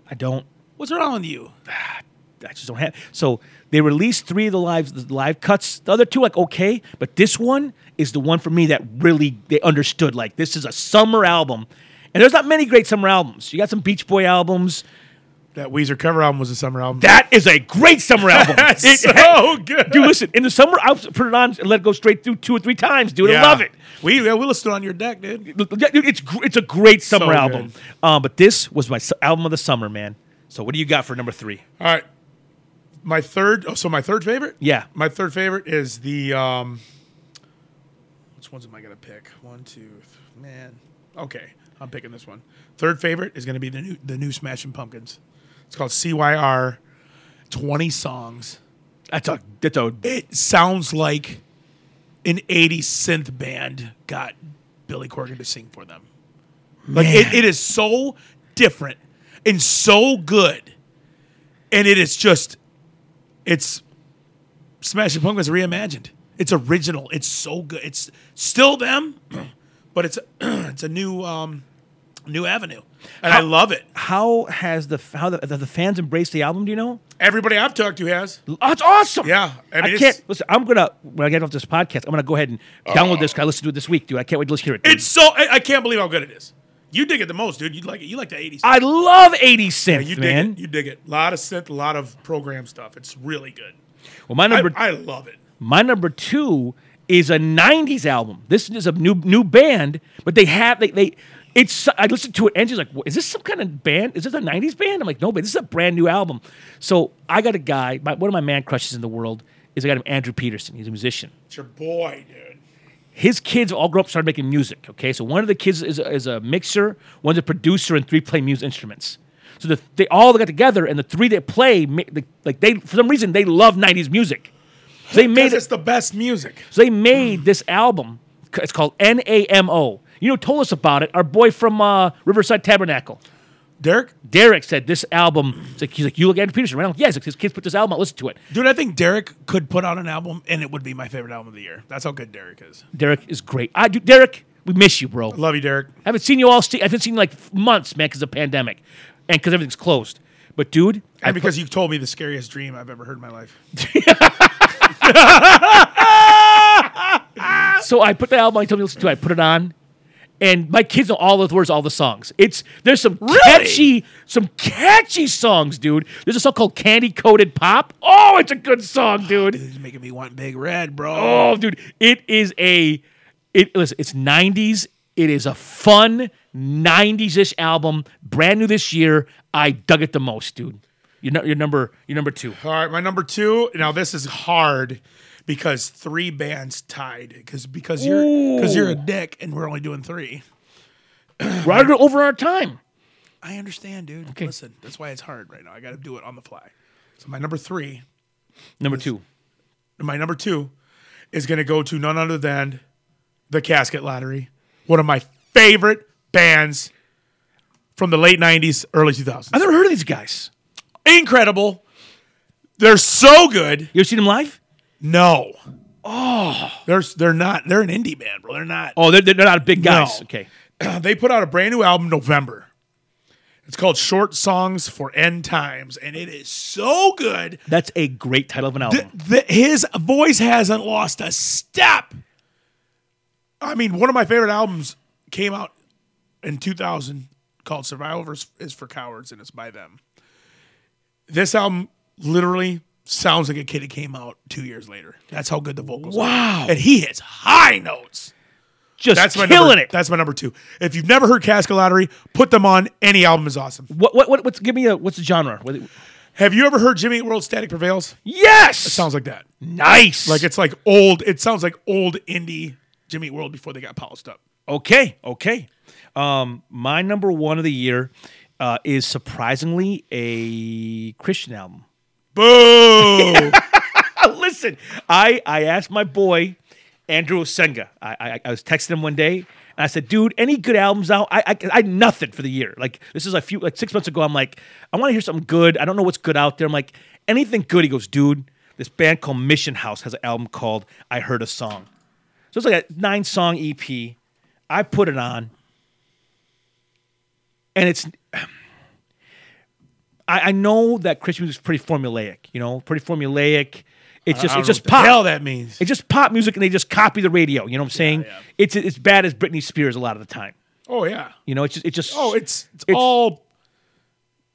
Speaker 1: I don't.
Speaker 2: What's wrong with you?
Speaker 1: I just don't have. So they released three of the live the live cuts. The other two like okay, but this one is the one for me that really they understood. Like this is a summer album, and there's not many great summer albums. You got some Beach Boy albums.
Speaker 2: That Weezer cover album was a summer album.
Speaker 1: That is a great summer album.
Speaker 2: That's
Speaker 1: It-
Speaker 2: so good.
Speaker 1: Dude, listen. In the summer, I'll put it on and let it go straight through two or three times, dude. I
Speaker 2: Yeah.
Speaker 1: love it.
Speaker 2: We yeah, we listened on your deck, dude.
Speaker 1: Yeah, dude, It's gr- it's a great summer
Speaker 2: So
Speaker 1: album.
Speaker 2: good.
Speaker 1: Um, but this was my su- album of the summer, man. So what do you got for number three?
Speaker 2: All right. My third. Oh, so my third favorite.
Speaker 1: Yeah,
Speaker 2: My third favorite is the um, what's Which ones am I gonna pick? One, two, th- man. Okay, I'm picking this one. Third favorite is gonna be the new the new Smashing Pumpkins. It's called CYR. Twenty songs.
Speaker 1: That's a that's a
Speaker 2: It sounds like an '80s synth band got Billy Corgan to sing for them. Like it,
Speaker 1: Man.
Speaker 2: it is so different and so good, and it is just it's Smashing Pumpkins reimagined. It's original. It's so good. It's still them, but it's it's a new um, new avenue, and I
Speaker 1: How-
Speaker 2: love it.
Speaker 1: how has the how the, the, the fans embraced the album? Do you know?
Speaker 2: Everybody I've talked to has.
Speaker 1: Oh, That's awesome.
Speaker 2: Yeah, I
Speaker 1: I,
Speaker 2: mean, it's- Oh.
Speaker 1: can't listen. I'm gonna when I get off this podcast, I'm gonna go ahead and download this. I listen to it this week, dude. I can't wait to listen to it. dude.
Speaker 2: It's so I, I can't believe how good it is. You dig it the most, dude. You like it. You like the '80s.
Speaker 1: I love 80 synth,
Speaker 2: you dig
Speaker 1: man.
Speaker 2: it. You dig it. A lot of synth, a lot of program stuff. It's really good.
Speaker 1: well, my
Speaker 2: I,
Speaker 1: number
Speaker 2: I love it.
Speaker 1: My number two is a '90s album. This is a new new band, but they have they they. It's I listened to it and she's like, "Wha- "Is this some kind of band? Is this a '90s band?" I'm like, "No, but this is a brand new album." So I got a guy. My, one of my man crushes in the world is I got him Andrew Peterson. He's a musician
Speaker 2: It's your boy, dude.
Speaker 1: his kids all grew up started making music. Okay, so one of the kids is a, is a mixer, one's a producer, and three play music instruments. So the, they all got together, and the three that play, ma- the, like they for some reason they love '90s music. So they made
Speaker 2: Because it's the best music.
Speaker 1: so they made this album. C- It's called NAMO. You know, told us about it. Our boy from uh, Riverside Tabernacle,
Speaker 2: Derek,
Speaker 1: Derek, said this album. It's like, he's like, you look at Andrew Peterson, right? I'm like, yes, his kids put this album out. Listen to it.
Speaker 2: dude, I think Derek could put out an album, and it would be my favorite album of the year. That's how good Derek is.
Speaker 1: Derek is great. I do. Derek, we miss you, bro.
Speaker 2: Love you, Derek.
Speaker 1: I haven't seen you all. St- I haven't seen you like f- months, man, because of the pandemic, and because everything's closed. But dude, I
Speaker 2: And because you told me the scariest dream I've ever heard in my life.
Speaker 1: put, so I put the album. I told me to listen to. I put it on, and my kids know all those words, all the songs. It's there's some catchy, some catchy songs, dude. There's a song called Candy Coated Pop. Oh, it's a good song, dude.
Speaker 2: It's making me want Big Red, bro.
Speaker 1: Oh, dude, it is a. It listen. It's '90s. It is a fun '90s-ish album, brand new this year. I dug it the most, dude. You're, nu- you're number you're number two.
Speaker 2: All right, my number two. Now this is hard because three bands tied because because you're because you're a dick and we're only doing three.
Speaker 1: We're already over our time.
Speaker 2: I understand, dude. Listen, that's why it's hard right now. I got to do it on the fly. So my number three,
Speaker 1: Number two.
Speaker 2: my number two, is going to go to none other than the Casket Lottery, one of my favorite bands from the late '90s, early 2000s.
Speaker 1: never heard of these guys.
Speaker 2: Incredible. They're so good.
Speaker 1: You ever seen them live?
Speaker 2: No. Oh, they're they're not. They're an indie band, bro. They're not.
Speaker 1: Oh, they're, they're not big guys.
Speaker 2: No.
Speaker 1: Okay.
Speaker 2: they put out a brand new album November. It's called Short Songs for End Times, and it is so good.
Speaker 1: That's a great title of an album.
Speaker 2: Th- th- his voice hasn't lost a step. I mean, one of my favorite albums came out in 2000 called Survival is- is for Cowards, and it's by them. This album literally sounds like a kid that came out two years later. That's how good the vocals are.
Speaker 1: Wow.
Speaker 2: And he hits high notes
Speaker 1: Just
Speaker 2: that's my
Speaker 1: killing
Speaker 2: number,
Speaker 1: it.
Speaker 2: That's my number two. If you've never heard Casca Lottery, put them on. Any album is awesome.
Speaker 1: What, what, what, what's, give me a, what's the genre? What-
Speaker 2: Have you ever heard Jimmy Eat World Static Prevails?
Speaker 1: yes.
Speaker 2: Sounds like that.
Speaker 1: nice.
Speaker 2: Like it's like old. It sounds like old indie Jimmy Eat World before they got polished up.
Speaker 1: Okay. Okay. Um, my number one of the year uh, is surprisingly a Christian album.
Speaker 2: Boo!
Speaker 1: Listen, I, I asked my boy Andrew Osenga. I, I I was texting him one day and I said, "Dude, any good albums out? I I, I had nothing for the year. Like this is a few like six months ago. I'm like, I want to hear something good. I don't know what's good out there. I'm like, anything good. He goes, dude, this band called Mission House has an album called I Heard a Song. So it's like a nine song EP. I put it on, and it's I, I know that Christian music is pretty formulaic, you know, pretty formulaic. It's just
Speaker 2: I don't
Speaker 1: it's just
Speaker 2: know what the
Speaker 1: pop.
Speaker 2: hell that means.
Speaker 1: It's just pop music, and they just copy the radio. You know what I'm saying?
Speaker 2: yeah.
Speaker 1: It's it's bad as Britney Spears a lot of the time.
Speaker 2: oh yeah.
Speaker 1: You know, it's just it's just
Speaker 2: Oh, it's it's,
Speaker 1: It's-
Speaker 2: all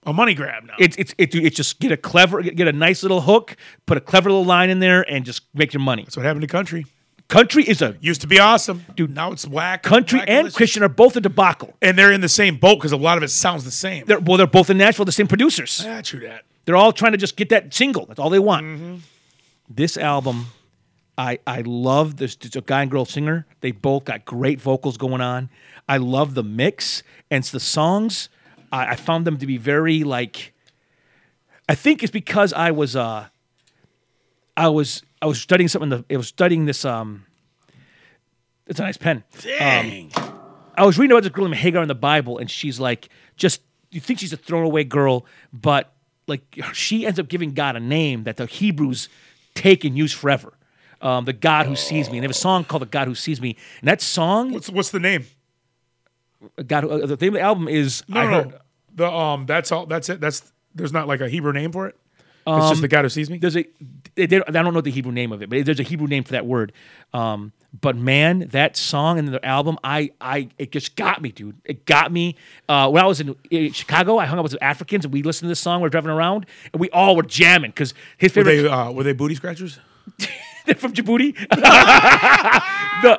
Speaker 2: a money grab now.
Speaker 1: it's it's it, it's just get a clever get get a nice little hook, put a clever little line in there, and just make your money.
Speaker 2: That's what happened to country.
Speaker 1: Country is a
Speaker 2: Used to be awesome, dude. Now it's whack.
Speaker 1: country
Speaker 2: whack
Speaker 1: and
Speaker 2: delicious.
Speaker 1: Christian are both a debacle.
Speaker 2: and they're in the same boat because a lot of it sounds the same.
Speaker 1: They're well, they're both in Nashville, the same producers.
Speaker 2: ah, true that.
Speaker 1: They're all trying to just get that single. That's all they want. This album I I love this. It's a guy and girl singer. They both got great vocals going on. I love the mix and it's the songs. I, I found them to be very like. I think it's because I was uh. I was I was studying something. that- I was studying this. Um, it's a nice pen. Um,
Speaker 2: Dang.
Speaker 1: I was reading about this girl named Hagar in the Bible, and she's like, just you think she's a throwaway girl, but like she ends up giving God a name that the Hebrews take and use forever. Um, the God who sees me. And they have a song called "The God Who Sees Me," and that song,
Speaker 2: what's what's the name?
Speaker 1: God, who- uh, the name of the album is
Speaker 2: No,
Speaker 1: I
Speaker 2: no,
Speaker 1: heard.
Speaker 2: no. The um, that's all. That's it. That's there's not like a Hebrew name for it. it's
Speaker 1: Um,
Speaker 2: just the God who sees me.
Speaker 1: There's a they, they, I don't know the Hebrew name of it, but there's a Hebrew name for that word. Um, but man, that song and the album, I I it just got me, dude. It got me. Uh, when I was in uh, Chicago, I hung out with some Africans and we listened to this song. We are driving around and we all were jamming because his
Speaker 2: Were
Speaker 1: favorite
Speaker 2: they uh, were they booty scratchers?
Speaker 1: they're from Djibouti. the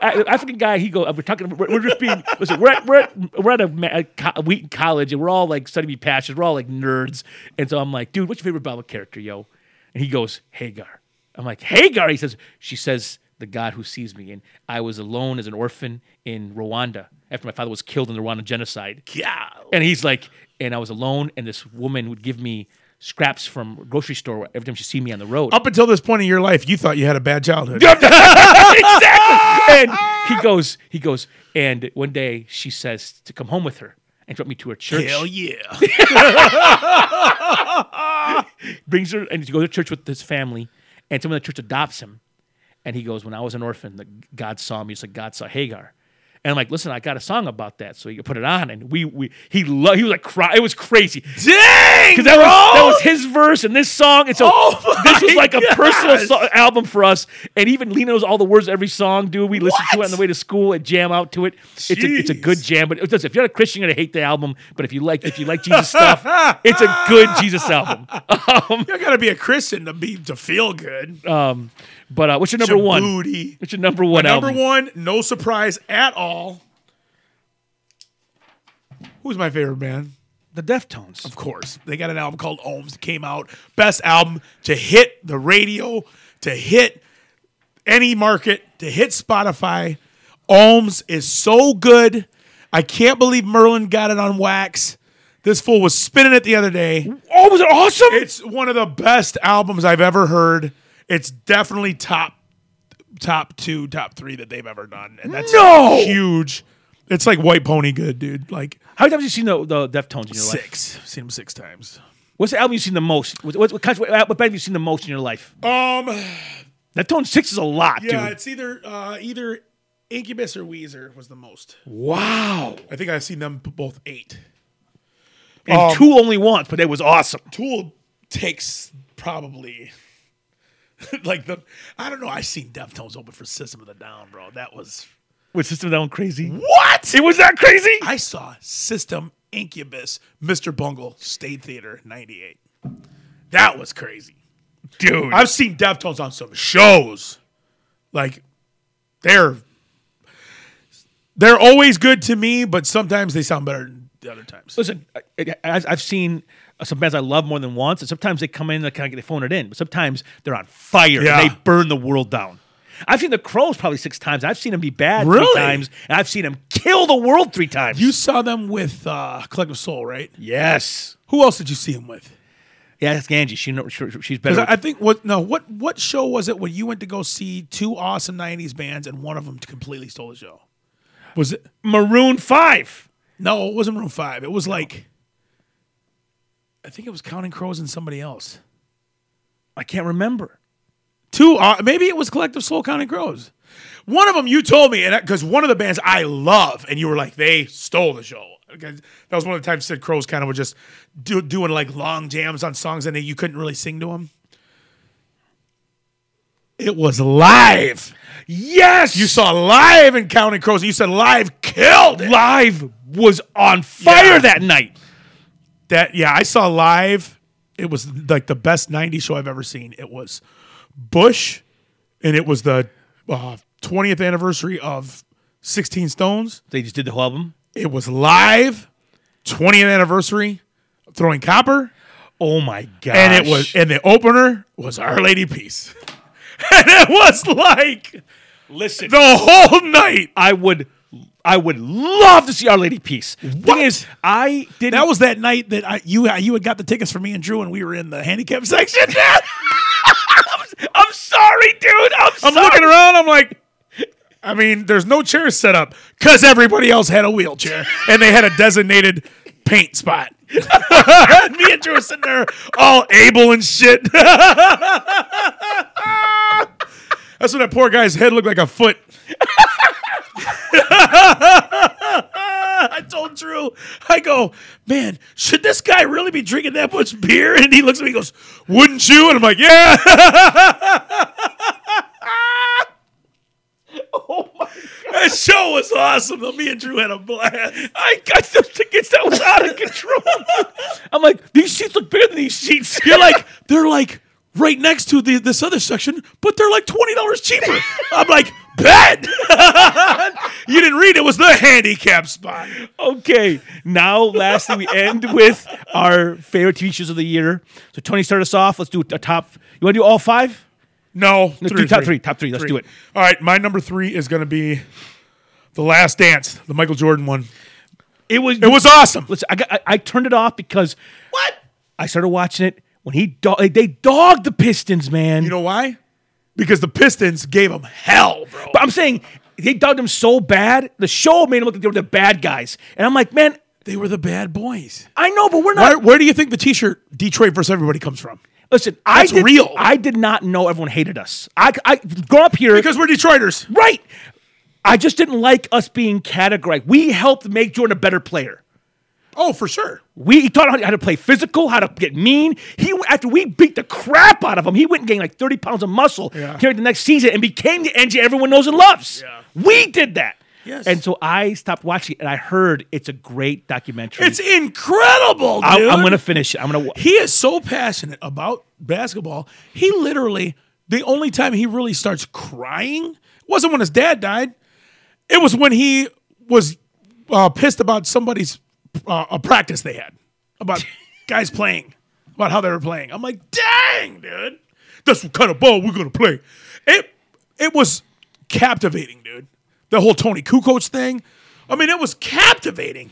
Speaker 1: uh, African guy, he go. We're talking. We're, we're just being. Listen, we're at we're at, we're at a, ma- a co- Wheaton college, and we're all like studying to be passionate. We're all like nerds, and so I'm like, dude, what's your favorite Bible character, yo? And he goes, Hagar. I'm like, Hagar. He says, she says, the God who sees me, and I was alone as an orphan in Rwanda after my father was killed in the Rwandan genocide.
Speaker 2: Yeah.
Speaker 1: And he's like, and I was alone, and this woman would give me scraps from grocery store every time she see me on the road.
Speaker 2: Up until this point in your life, you thought you had a bad childhood.
Speaker 1: and he goes, he goes, and one day she says to come home with her and drop me to her church.
Speaker 2: yeah.
Speaker 1: Brings her and he goes to church with his family, and someone in the church adopts him. And he goes, when I was an orphan, the, God saw me, just like God saw Hagar. And I'm like, listen, I got a song about that, so you put it on. And we, we he lo- he was like, cry. It was crazy.
Speaker 2: Dang,
Speaker 1: Because that was, that
Speaker 2: bro!
Speaker 1: was his verse and this song. And so
Speaker 2: Oh my
Speaker 1: this was like a personal
Speaker 2: gosh.
Speaker 1: so- album for us. And even Lee knows all the words of every song, dude. We listen to it on the way to school and jam out to it. It's a, it's a good
Speaker 2: Jeez.
Speaker 1: jam. But it does- if you're not a Christian, you're going to hate the album. But if you like if you like Jesus stuff, it's a good Jesus album.
Speaker 2: you gotta be a Christian to be to feel good.
Speaker 1: Um, but uh, what's your number one?
Speaker 2: Djibouti.
Speaker 1: What's your number one
Speaker 2: Number
Speaker 1: album?
Speaker 2: one, no surprise at all. Who's my favorite band?
Speaker 1: The Deftones.
Speaker 2: Of course, they got an album called Ohms. that Came out best album to hit the radio, to hit any market, to hit Spotify. Ohms is so good. I can't believe Merlin got it on wax. This fool was spinning it the other day.
Speaker 1: Oh, was it awesome?
Speaker 2: It's one of the best albums I've ever heard. It's definitely top top two, top three that they've ever done. And that's
Speaker 1: No!
Speaker 2: huge. It's like White Pony good, dude. Like
Speaker 1: How many times have you seen the, the Deftones in your life?
Speaker 2: six. I've seen them six times.
Speaker 1: What's the album you've seen the most? What, what, what, country- what band have you seen the most in your life?
Speaker 2: Um
Speaker 1: Deftones 6 is a lot,
Speaker 2: Yeah,
Speaker 1: dude.
Speaker 2: it's either uh either Incubus or Weezer was the most.
Speaker 1: Wow.
Speaker 2: I think I've seen them both eight.
Speaker 1: and two only once, but it was awesome.
Speaker 2: Tool takes probably like the I don't know, I've seen Deftones open for System of the Down, bro. That was
Speaker 1: With System of a Down crazy.
Speaker 2: What?
Speaker 1: It was that crazy.
Speaker 2: I saw System Incubus, Mr. Bungle, State Theater, 98. That was crazy.
Speaker 1: Dude.
Speaker 2: I've seen Deftones on some shows. Like, they're they're always good to me, but sometimes they sound better than the other times.
Speaker 1: Listen, I, I, I've seen uh, some bands I love more than once, and sometimes they come in and I kind of they phone it in, but sometimes they're on fire
Speaker 2: Yeah.
Speaker 1: and they burn the world down. I've seen the Crows probably six times. I've seen them be bad
Speaker 2: Really?
Speaker 1: three times, and I've seen them kill the world three times.
Speaker 2: You saw them with uh, Collective Soul, right?
Speaker 1: yes.
Speaker 2: Who else did you see them with?
Speaker 1: Yeah, that's Angie. She know, she, she's
Speaker 2: 'Cause
Speaker 1: better.
Speaker 2: I I think what no what what show was it when you went to go see two awesome '90s bands and one of them completely stole the show? Was it?
Speaker 1: Maroon Five.
Speaker 2: No, it wasn't Room Five. It was like I think it was Counting Crows and somebody else.
Speaker 1: I can't remember.
Speaker 2: Two, uh, maybe it was Collective Soul Counting Crows. One of them you told me, and because one of the bands I love, and you were like they stole the show. 'Cause That was one of the times Sid Crows kind of were just do, doing like long jams on songs, and you couldn't really sing to them. It was live.
Speaker 1: Yes,
Speaker 2: You saw live in Counting Crows, and you said live killed it.
Speaker 1: live was on fire
Speaker 2: Yeah.
Speaker 1: that night.
Speaker 2: That yeah, I saw live. It was like the best '90s show I've ever seen. It was Bush, and it was the uh, 20th anniversary of 16 Stones.
Speaker 1: They just did the whole album.
Speaker 2: It was live, 20th anniversary, of Throwing Copper,
Speaker 1: Oh my god!
Speaker 2: and it was and the opener was Our Lady Peace. And it was like
Speaker 1: Listen,
Speaker 2: the whole night.
Speaker 1: I would, I would love to see Our Lady Peace.
Speaker 2: What?
Speaker 1: Thing is, I didn't.
Speaker 3: That was that night that I, you you had got the tickets for me and Drew, and we were in the handicap section.
Speaker 1: I'm sorry, dude. I'm, sorry.
Speaker 2: I'm looking around. I'm like, I mean, there's no chairs set up because everybody else had a wheelchair and they had a designated paint spot. And Me and Drew were sitting there all able and shit. That's what that poor guy's head looked like a foot.
Speaker 3: I told Drew, I go, man, should this guy really be drinking that much beer? And he looks at me, and goes,
Speaker 2: Wouldn't you? And I'm like, yeah. oh my God. That show was awesome. though. Me and Drew had a blast.
Speaker 1: I got those tickets that was out of control. I'm like, these seats look bigger than these seats. You're like,
Speaker 3: they're like right next to the, this other section, but they're like twenty dollars cheaper. I'm like, bet.
Speaker 2: You didn't read it was the handicap spot.
Speaker 1: okay. Now, lastly, we end with our favorite TV shows of the year. So, Tony, start us off. Let's do a top. You want to do all five?
Speaker 2: No,
Speaker 1: do top three, top three, let's do it.
Speaker 2: All right, my number three is going to be the Last Dance, the Michael Jordan one.
Speaker 1: It was.
Speaker 2: It was awesome.
Speaker 1: Listen, I, got, I, I turned it off because
Speaker 3: what?
Speaker 1: I started watching it when he do- they dogged the Pistons, man.
Speaker 2: You know why? Because the Pistons gave him hell, bro.
Speaker 1: but I'm saying they dogged him so bad. The show made them look like they were the bad guys, and I'm like, man,
Speaker 3: They were the bad boys.
Speaker 1: I know, but we're not.
Speaker 3: Where, where do you think the T-shirt "Detroit versus Everybody" comes from?
Speaker 1: Listen, I
Speaker 3: That's
Speaker 1: did,
Speaker 3: real.
Speaker 1: I did not know everyone hated us. I, I grew up here
Speaker 2: Because we're Detroiters.
Speaker 1: right. I just didn't like us being categorized. We helped make Jordan a better player.
Speaker 2: Oh, for sure.
Speaker 1: We he taught him how to play physical, how to get mean. He after we beat the crap out of him, he went and gained like thirty pounds of muscle.
Speaker 2: Yeah.
Speaker 1: Carried the next season and became the NJ everyone knows and loves. We did that.
Speaker 3: Yes.
Speaker 1: And so I stopped watching it, and I heard it's a great documentary.
Speaker 3: It's incredible, dude.
Speaker 1: I, am gonna finish it. I'm gonna. wa-
Speaker 3: He is so passionate about basketball. He literally, the only time he really starts crying wasn't when his dad died. It was when he was uh, pissed about somebody's uh, a practice they had about guys playing, about how they were playing. I'm like, dang, dude, that's what kind of ball we're gonna play. It it was captivating, dude. The whole Tony Kukoc thing. I mean, it was captivating.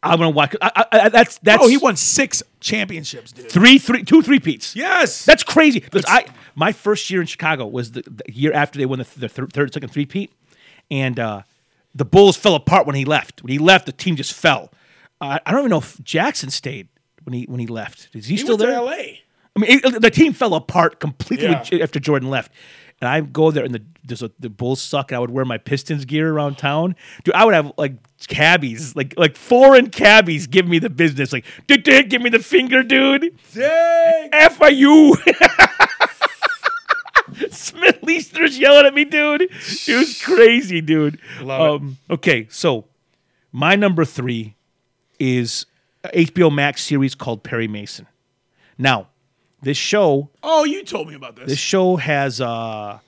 Speaker 1: I'm gonna watch. I, I, I, that's that's
Speaker 3: Oh, he won six championships, dude.
Speaker 1: three three two three peats.
Speaker 2: Yes.
Speaker 1: That's crazy. Because I my first year in Chicago was the, the year after they won the, th- the third, third second three peat, and uh, the Bulls fell apart when he left. When he left, the team just fell. Uh, I don't even know if Jackson stayed when he when he left. Is he,
Speaker 3: He
Speaker 1: still
Speaker 3: went to
Speaker 1: there?
Speaker 3: L.A.
Speaker 1: I mean, it, the team fell apart completely
Speaker 2: Yeah.
Speaker 1: with- after Jordan left. And I go there, and the there's a, the Bulls suck, and I would wear my Pistons gear around town. Dude, I would have like cabbies, like like foreign cabbies, give me the business, like dude, dude, give me the finger, dude.
Speaker 2: Dang.
Speaker 1: F are you? Smith Leister's yelling at me, dude. It was crazy, dude.
Speaker 2: Love it.
Speaker 1: um, Okay, so my number three is a HBO Max series called Perry Mason. Now, this show,
Speaker 3: Oh, you told me about this.
Speaker 1: this show has uh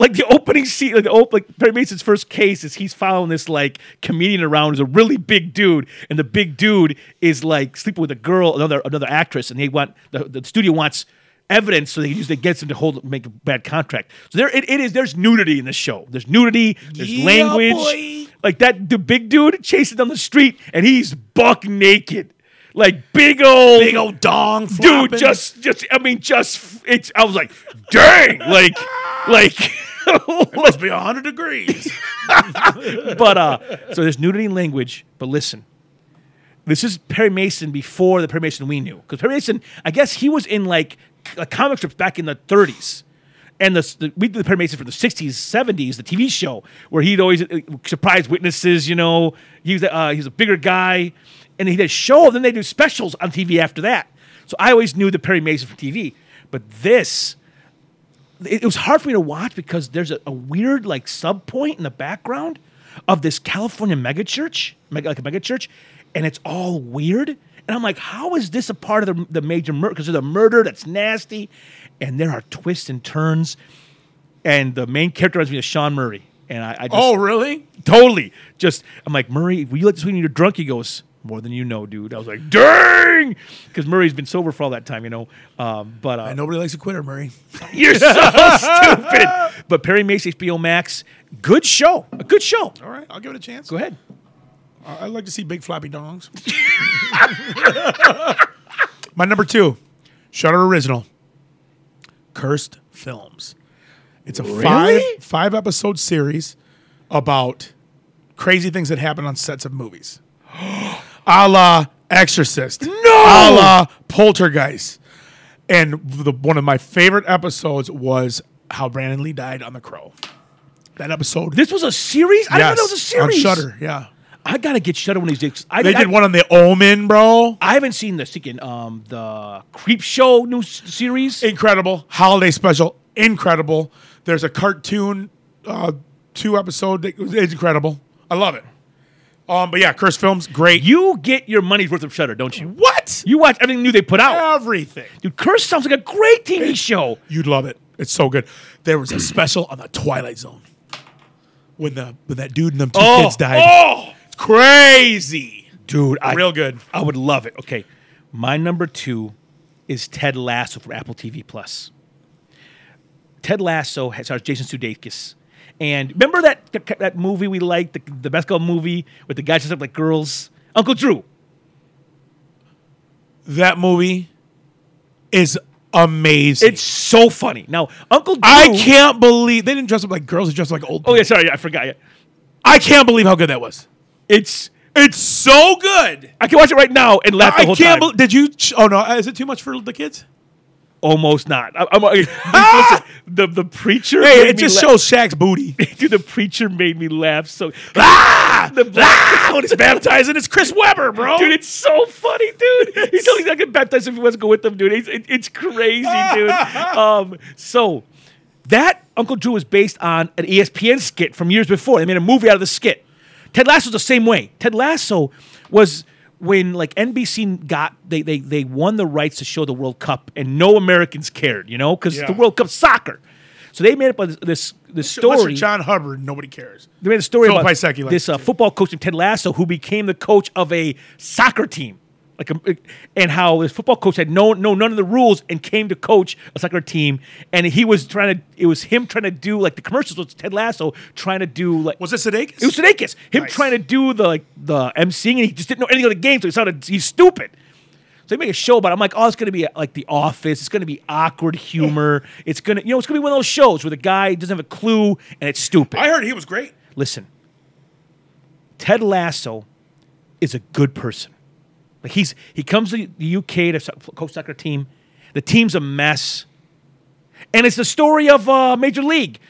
Speaker 1: like the opening scene, like, the op- like Perry Mason's first case is he's following this like comedian around who's a really big dude, and the big dude is like sleeping with a girl, another another actress, and they want the, the studio wants evidence so they can use it against him to hold make a bad contract. So there it, it is. There's nudity in the show. There's nudity. There's
Speaker 3: Yeah,
Speaker 1: language.
Speaker 3: boy.
Speaker 1: Like that, the big dude chasing down the street, and he's buck naked, like big old
Speaker 3: big old dong,
Speaker 1: dude
Speaker 3: flopping.
Speaker 1: just just i mean just it's i was like dang like like
Speaker 3: must be hundred degrees.
Speaker 1: but uh so there's nudity in language but listen this is perry mason before the perry mason we knew because perry mason i guess he was in like c- uh, comic strips back in the 30s and the, the we did the Perry Mason from the 60s, 70s, the TV show where he'd always uh, surprise witnesses. You know, he was uh, he was a bigger guy, and he did a show. Then they do specials on TV after that. So I always knew the Perry Mason from TV, but this it, it was hard for me to watch because there's a, a weird like sub point in the background of this California megachurch, mega, like a megachurch, and it's all weird. And I'm like, how is this a part of the, the major murder? Because there's a murder that's nasty, and there are twists and turns. And the main character reminds me of Sean Murray, and I, I just
Speaker 2: Oh, really?
Speaker 1: totally just I'm like Murray, will you let this when you're drunk? He goes, More than you know, dude. I was like, dang, because Murray's been sober for all that time, you know. Um, but uh,
Speaker 3: And nobody likes a quitter, Murray.
Speaker 1: you're so stupid. But Perry Mace, HBO Max, good show. A good show.
Speaker 3: All right, I'll give it a chance.
Speaker 1: Go ahead.
Speaker 3: I- I'd like to see big floppy dongs.
Speaker 2: My number two,
Speaker 3: Shutter original. Cursed films.
Speaker 2: it's a
Speaker 1: Really?
Speaker 2: five five episode series about crazy things that happen on sets of movies. a la Exorcist. No. A la Poltergeist. And the, one of my favorite episodes was how Brandon Lee died on The Crow. That episode.
Speaker 1: This was a series. I didn't know that was a
Speaker 2: on
Speaker 1: series.
Speaker 2: Shutter. Yeah,
Speaker 1: I gotta get Shutter when these. I,
Speaker 2: they
Speaker 1: I,
Speaker 2: did one on The Omen, bro.
Speaker 1: I haven't seen the second, um, the Creep Show new s- series.
Speaker 2: incredible holiday special incredible there's a cartoon uh two episode that it's incredible i love it um but yeah curse films great
Speaker 1: you get your money's worth of Shutter, don't you?
Speaker 2: what
Speaker 1: You watch everything new they put out.
Speaker 2: everything
Speaker 1: Dude, Curse sounds like a great TV show.
Speaker 2: you'd love it it's so good there was a special on the twilight zone when the when that dude and them two kids died
Speaker 1: Oh,
Speaker 2: It's crazy
Speaker 1: dude, I
Speaker 2: real good
Speaker 1: I would love it. Okay, my number two is Ted Lasso from Apple TV Plus. Ted Lasso has stars Jason Sudeikis, and remember that that, that movie we liked, the, the basketball movie with the guys dressed up like girls, Uncle Drew.
Speaker 2: that movie is amazing
Speaker 1: It's so funny. Now, Uncle Drew.
Speaker 2: i can't believe they didn't dress up like girls they dressed up like
Speaker 1: Oh
Speaker 2: old people.
Speaker 1: yeah, sorry, I forgot. Yeah.
Speaker 2: i can't believe how good that was
Speaker 1: It's
Speaker 2: it's so good
Speaker 1: I can watch it right now and laugh the
Speaker 2: I
Speaker 1: whole
Speaker 2: can't
Speaker 1: time.
Speaker 2: believe. Did you? ch- Oh no! Is it too much for the kids?
Speaker 1: Almost not. I, am listen, the the preacher.
Speaker 2: Hey,
Speaker 1: made
Speaker 2: it
Speaker 1: me
Speaker 2: just
Speaker 1: laugh.
Speaker 2: shows Shaq's booty.
Speaker 1: Dude, the preacher made me laugh so. Ah! The black ah! is
Speaker 2: Baptizing it's Chris Webber, bro.
Speaker 1: Dude, it's so funny, dude. He's totally not gonna baptize if he wants to go with them, dude. It's, it- it's crazy, dude. Um, so that Uncle Drew is based on an E ESPN skit from years before. They made a movie out of the skit. Ted Lasso's the same way. Ted Lasso was when like NBC got they they they won the rights to show the World Cup and no Americans cared, you know, because
Speaker 2: Yeah.
Speaker 1: the World Cup soccer. So they made up a- this this
Speaker 2: Unless
Speaker 1: story
Speaker 2: you're John Hubbard, nobody cares.
Speaker 1: they made a story
Speaker 2: Phil
Speaker 1: about
Speaker 2: Piecycki likes
Speaker 1: this
Speaker 2: it
Speaker 1: uh,
Speaker 2: too.
Speaker 1: football coach named Ted Lasso who became the coach of a soccer team, like a, and how this football coach had no no none of the rules and came to coach a soccer team, and he was trying to it was him trying to do like the commercials was Ted Lasso trying to do like
Speaker 2: Was it Sudeikis?
Speaker 1: it was Sudeikis him
Speaker 2: Nice.
Speaker 1: trying to do the like the emceeing and he just didn't know anything of the game so he sounded he's stupid. So they make a show about. It. I'm like, oh, it's gonna be like The Office. It's gonna be awkward humor. It's gonna, you know, it's gonna be one of those shows where the guy doesn't have a clue and it's stupid
Speaker 2: I heard he was great.
Speaker 1: listen, Ted Lasso is a good person. Like he's he comes to the UK to so- coach soccer team. The team's a mess, and it's the story of uh, Major League.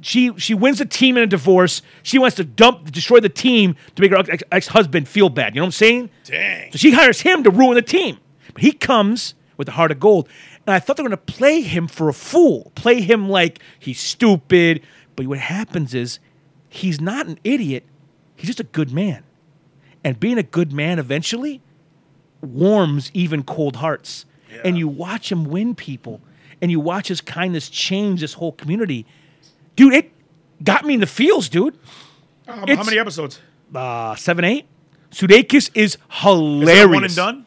Speaker 1: She she wins the team in a divorce. She wants to dump destroy the team to make her ex- ex husband feel bad. You know what I'm saying?
Speaker 2: Dang.
Speaker 1: So she hires him to ruin the team. But he comes with a heart of gold. And I thought they were going to play him for a fool, play him like he's stupid. But what happens is he's not an idiot, he's just a good man. And being a good man eventually warms even cold hearts. And you watch him win people, and you watch his kindness change this whole community. Dude, it got me in the feels, dude.
Speaker 2: Um, how
Speaker 1: It's-
Speaker 2: many episodes?
Speaker 1: Uh, 7 8. Sudeikis is
Speaker 2: Is that
Speaker 1: hilarious
Speaker 2: One and done.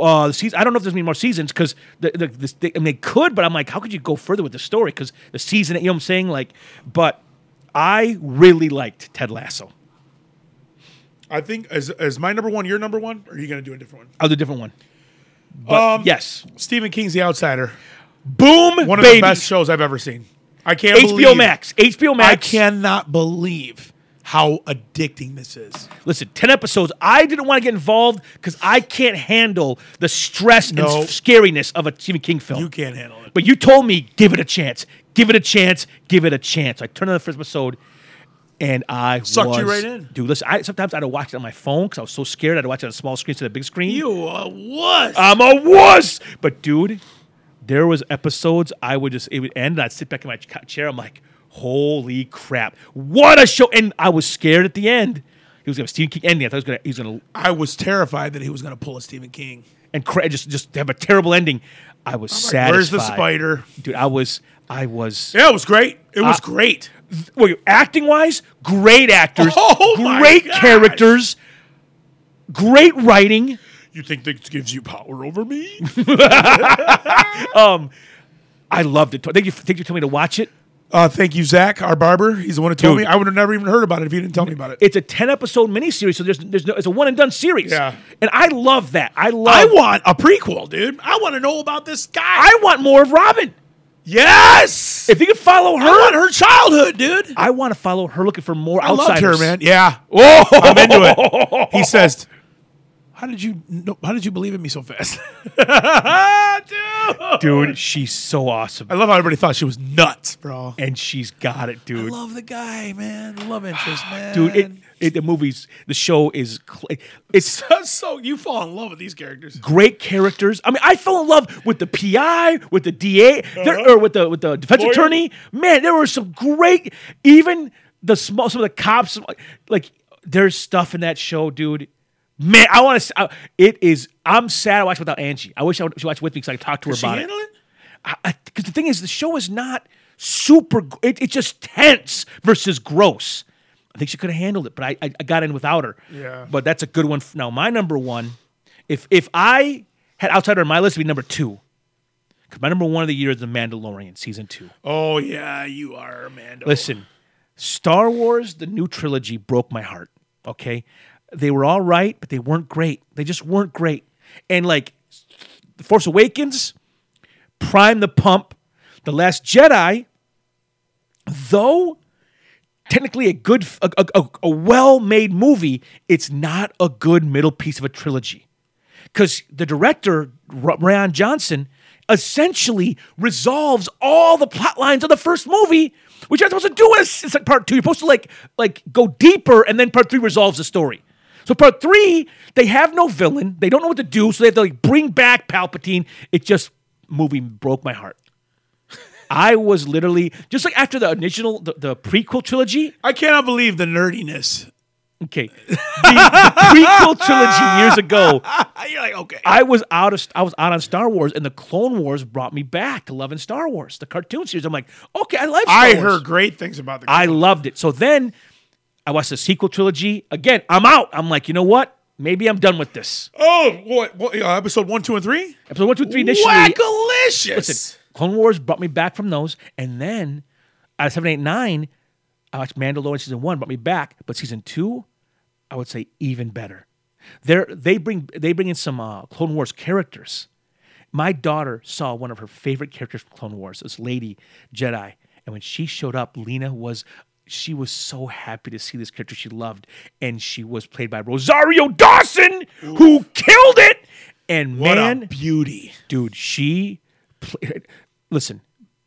Speaker 1: uh, season. I don't know if there's many more seasons because the, the, this they, I mean, they could, but I'm like, how could you go further with the story? Because the season, you know what I'm saying? Like, but I really liked Ted Lasso.
Speaker 2: I think is is my number one. Your number one? Or are you gonna do a different one?
Speaker 1: I'll do a different one. But
Speaker 2: Um,
Speaker 1: yes,
Speaker 2: Stephen King's The Outsider.
Speaker 1: boom,
Speaker 2: One of
Speaker 1: baby.
Speaker 2: the best shows I've ever seen. I can't
Speaker 1: HBO
Speaker 2: believe,
Speaker 1: Max, HBO Max.
Speaker 2: I cannot believe how addicting this is.
Speaker 1: Listen, ten episodes. I didn't want to get involved because I can't handle the stress
Speaker 2: No.
Speaker 1: and s- scariness of a Stephen King film.
Speaker 2: You can't handle it.
Speaker 1: But you told me, give it a chance, give it a chance, give it a chance. I turned on the first episode, and I
Speaker 2: Sucked you
Speaker 1: was-
Speaker 2: right in.
Speaker 1: dude. Listen, I sometimes I'd watch it on my phone because I was so scared. I'd watch it on a small screen to the big screen.
Speaker 2: You uh, was.
Speaker 1: I'm a wuss. But dude, there was episodes I would just it would end, and I'd sit back in my ch- chair. I'm like, holy crap, what a show! And I was scared at the end. He was gonna have a Stephen King ending. I thought he was gonna he was gonna
Speaker 2: I was terrified that he was gonna pull a Stephen King.
Speaker 1: and cra- just just have a terrible ending. I was satisfied.
Speaker 2: Where's the spider?
Speaker 1: dude? I was I was.
Speaker 2: Yeah, it was great. It was
Speaker 1: Uh,
Speaker 2: great.
Speaker 1: acting wise, great actors,
Speaker 2: Oh my
Speaker 1: great
Speaker 2: gosh.
Speaker 1: characters. Great writing.
Speaker 2: You think this gives you power over me?
Speaker 1: I loved it. Thank you. Thank you for telling me to watch it.
Speaker 2: uh, thank you, Zach, our barber. He's the one who told
Speaker 1: Dude.
Speaker 2: me. I would have never even heard about it if you didn't tell me about it.
Speaker 1: It's a ten episode miniseries, so there's there's no it's a one and done series.
Speaker 2: Yeah.
Speaker 1: and I love that. I love.
Speaker 2: I want a prequel, dude. I want to know about this guy.
Speaker 1: uh, I want more of Robin.
Speaker 2: yes.
Speaker 1: If you could follow her,
Speaker 2: I want her childhood, dude.
Speaker 1: I want to follow her looking for more
Speaker 2: I loved her,
Speaker 1: outsiders.
Speaker 2: man. Yeah. Oh, I'm into it. He says, "How did you? Know, how did you believe in me so fast, dude?
Speaker 1: dude. She's so awesome,
Speaker 2: I love how everybody thought she was nuts, bro.
Speaker 1: and she's got it, dude.
Speaker 2: Love the guy, man. Love interest, man.
Speaker 1: dude, it, it the movies, the show is cl- it's
Speaker 2: That's so you fall in love with these characters.
Speaker 1: great characters. I mean, I fell in love with the PI, with the DA, there- or with the with the defense
Speaker 2: Uh-huh. Lawyer.
Speaker 1: attorney. Man, there were some great, even the small, some of the cops. Like, there's stuff in that show, dude. Man, I want to. It is. I'm sad I watched without Angie. I wish I would, she watched with me because I could talk to her
Speaker 2: She
Speaker 1: about it.
Speaker 2: handle it?
Speaker 1: Because the thing is, the show is not super. gr- It, it's just tense versus gross. I think she could have handled it, but I, I, I got in without her.
Speaker 2: Yeah.
Speaker 1: But that's a good one. Now my number one, if if I had outsider on my list, would be number two. Because my number one of the year is The Mandalorian season two.
Speaker 2: Oh yeah, you are, Amanda.
Speaker 1: Listen, Star Wars, the new trilogy, broke my heart. Okay. They were all right, but they weren't great. They just weren't great. And like The Force Awakens, Prime the Pump, The Last Jedi, though technically a good, a, a- a- a well made movie, it's not a good middle piece of a trilogy because the director R- Ryan Johnson essentially resolves all the plot lines of the first movie, which you're not supposed to do in a s- it's like part two. You're supposed to like like go deeper, and then part three resolves the story. So part three, they have no villain. They don't know what to do, so they have to like bring back Palpatine. It just movie broke my heart. I was literally just like after the initial the, the prequel trilogy,
Speaker 2: I cannot believe the nerdiness.
Speaker 1: okay, the, the prequel trilogy years ago
Speaker 2: You're like, okay.
Speaker 1: I was out of I was out on Star Wars, and the Clone Wars brought me back to loving Star Wars, the cartoon series. I'm like, okay, I love. Star
Speaker 2: I
Speaker 1: Wars.
Speaker 2: heard great things about the.
Speaker 1: I loved it. So then I watched the sequel trilogy again. I'm out. I'm like, you know what? Maybe I'm done with this.
Speaker 2: oh, what? what uh, episode one, two, and three.
Speaker 1: Episode one, two, three. Initially,
Speaker 2: Wackalicious.
Speaker 1: Listen, Clone Wars brought me back from those, and then out of seven, eight, nine, I watched Mandalorian season one, brought me back, but season two, I would say even better. They're, they bring they bring in some uh, Clone Wars characters. My daughter saw one of her favorite characters from Clone Wars, this lady Jedi, and when she showed up, Lena was she was so happy to see this character she loved, and she was played by Rosario Dawson, who killed it. And
Speaker 2: what
Speaker 1: man,
Speaker 2: a beauty.
Speaker 1: dude, she played. Listen,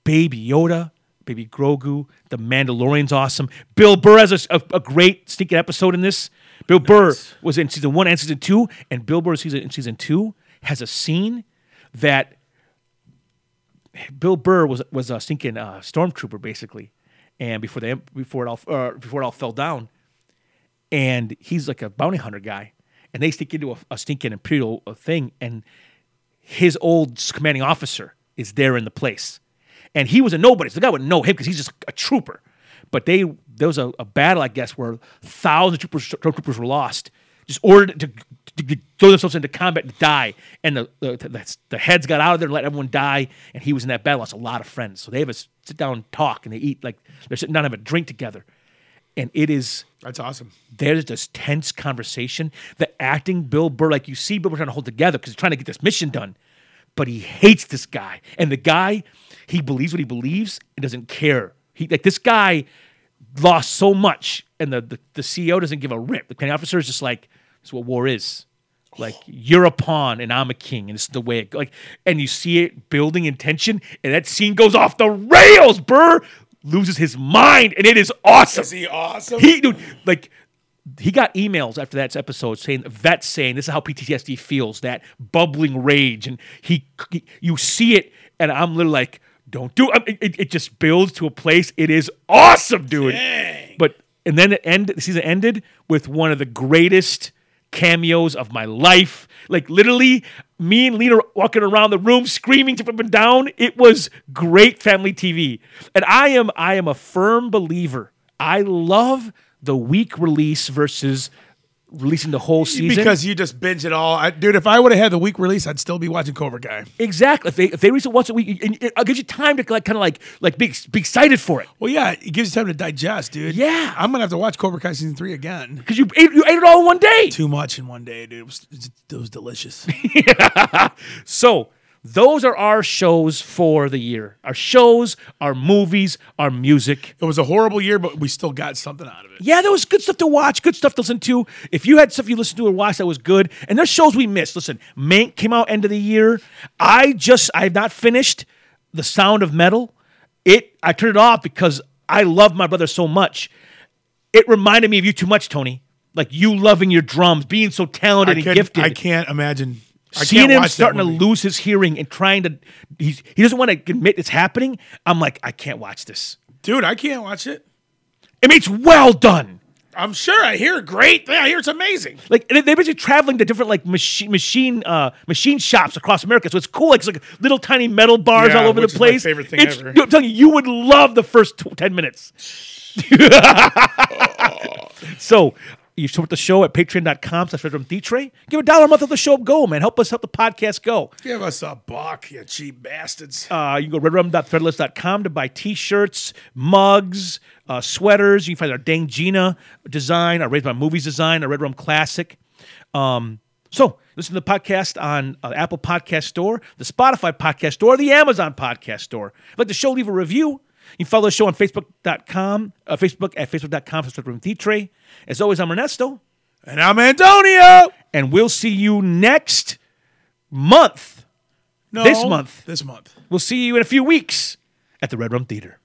Speaker 1: Baby Yoda, Baby Grogu, The Mandalorian's awesome. Bill Burr has a, a- a great sneaking episode in this. Bill Burr was in season one and season two, and Bill Burr season in season two has a scene that Bill Burr was was a sneaking uh, stormtrooper basically, and before they before it all uh, before it all fell down, and he's like a bounty hunter guy, and they sneak into a, a stinking imperial uh, thing, and his old commanding officer is there in the place. And he was a nobody. So the guy would know him because he's just a trooper. But they there was a, a battle, I guess, where thousands of troopers, troopers were lost, just ordered to, to, to throw themselves into combat to die. And the, the, the, the heads got out of there and let everyone die. And he was in that battle, lost a lot of friends. So they have a s- sit down and talk and they eat like they're sitting down and have a drink together. And it is
Speaker 2: That's awesome.
Speaker 1: there's this tense conversation. The acting, Bill Burr, like you see Bill Burr trying to hold together because he's trying to get this mission done, but he hates this guy. And the guy, he believes what he believes and doesn't care. He like this guy lost so much, and the the, the CEO doesn't give a rip. The commanding officer is just like, "This is what war is." Like you're a pawn and I'm a king, and this is the way it go- like. And you see it building in tension, and that scene goes off the rails. Burr loses his mind, and it is awesome.
Speaker 2: Is he awesome?
Speaker 1: He dude, like he got emails after that episode saying vets saying this is how PTSD feels that bubbling rage and he, he- you see it and I'm literally like don't do I mean, it, it just builds to a place it is awesome dude but and then it end the season ended with one of the greatest cameos of my life like literally me and Lena walking around the room screaming to up and down it was great family TV and I am I am a firm believer I love the weak release versus releasing the whole season.
Speaker 2: because you just binge it all, I, dude. If I would have had the week release, I'd still be watching Cobra Kai.
Speaker 1: exactly, if they if they release it once a week, you- and it, it gives you time to like kind of like like be, be excited for it
Speaker 2: Well, yeah, it gives you time to digest, dude.
Speaker 1: Yeah.
Speaker 2: I'm gonna have to watch Cobra Kai season three again.
Speaker 1: because you ate, you ate it all in one day.
Speaker 2: Too much in one day, dude. It was, it was delicious.
Speaker 1: So those are our shows for the year. Our shows, our movies, our music.
Speaker 2: It was a horrible year, but we still got something out of it.
Speaker 1: Yeah, there was good stuff to watch, good stuff to listen to. If you had stuff you listened to or watched that was good, and there's shows we missed. Listen, Mank came out end of the year. I just I have not finished The Sound of Metal. It I turned it off because I love my brother so much. It reminded me of you too much, Tony. Like you loving your drums, being so
Speaker 2: I,
Speaker 1: talented and
Speaker 2: couldn't-
Speaker 1: gifted.
Speaker 2: I can't imagine. I
Speaker 1: seeing
Speaker 2: can't
Speaker 1: him
Speaker 2: watch that
Speaker 1: starting to
Speaker 2: movie.
Speaker 1: lose his hearing and trying to he's, he doesn't want to admit it's happening i'm like i can't watch this
Speaker 2: dude. I can't watch it.
Speaker 1: i mean it's well done
Speaker 2: I'm sure I hear great. Yeah, I hear it's amazing.
Speaker 1: like they- they're basically traveling to different like machine machine uh, machine shops across America, so it's cool. Like it's like little tiny metal bars
Speaker 2: Yeah,
Speaker 1: all over
Speaker 2: which
Speaker 1: the
Speaker 2: is my
Speaker 1: place.
Speaker 2: favorite thing
Speaker 1: It's-
Speaker 2: ever.
Speaker 1: dude, I'm telling you, you would love the first tw- ten minutes. so you support the show at patreon.com slash redrum Tray. Give a dollar a month of the show go, man. Help us help the podcast go.
Speaker 2: Give us a buck, you cheap bastards.
Speaker 1: Uh, you can go to redrum.threadless.com to buy t-shirts, mugs, uh, sweaters. You can find our Dang Gina design, our Raised by Movies design, our Red Rum Classic. Um, so listen to the podcast on uh, Apple Podcast Store, the Spotify Podcast Store, the Amazon Podcast Store. If you like the show, leave a review. You can follow the show on Facebook.com, uh, Facebook at Facebook.com slash Red Room Tea Tray. As always, I'm Ernesto,
Speaker 2: and I'm Antonio.
Speaker 1: and we'll see you next month.
Speaker 2: No,
Speaker 1: This month.
Speaker 2: This month.
Speaker 1: We'll see you in a few weeks at the Red Rum Theater.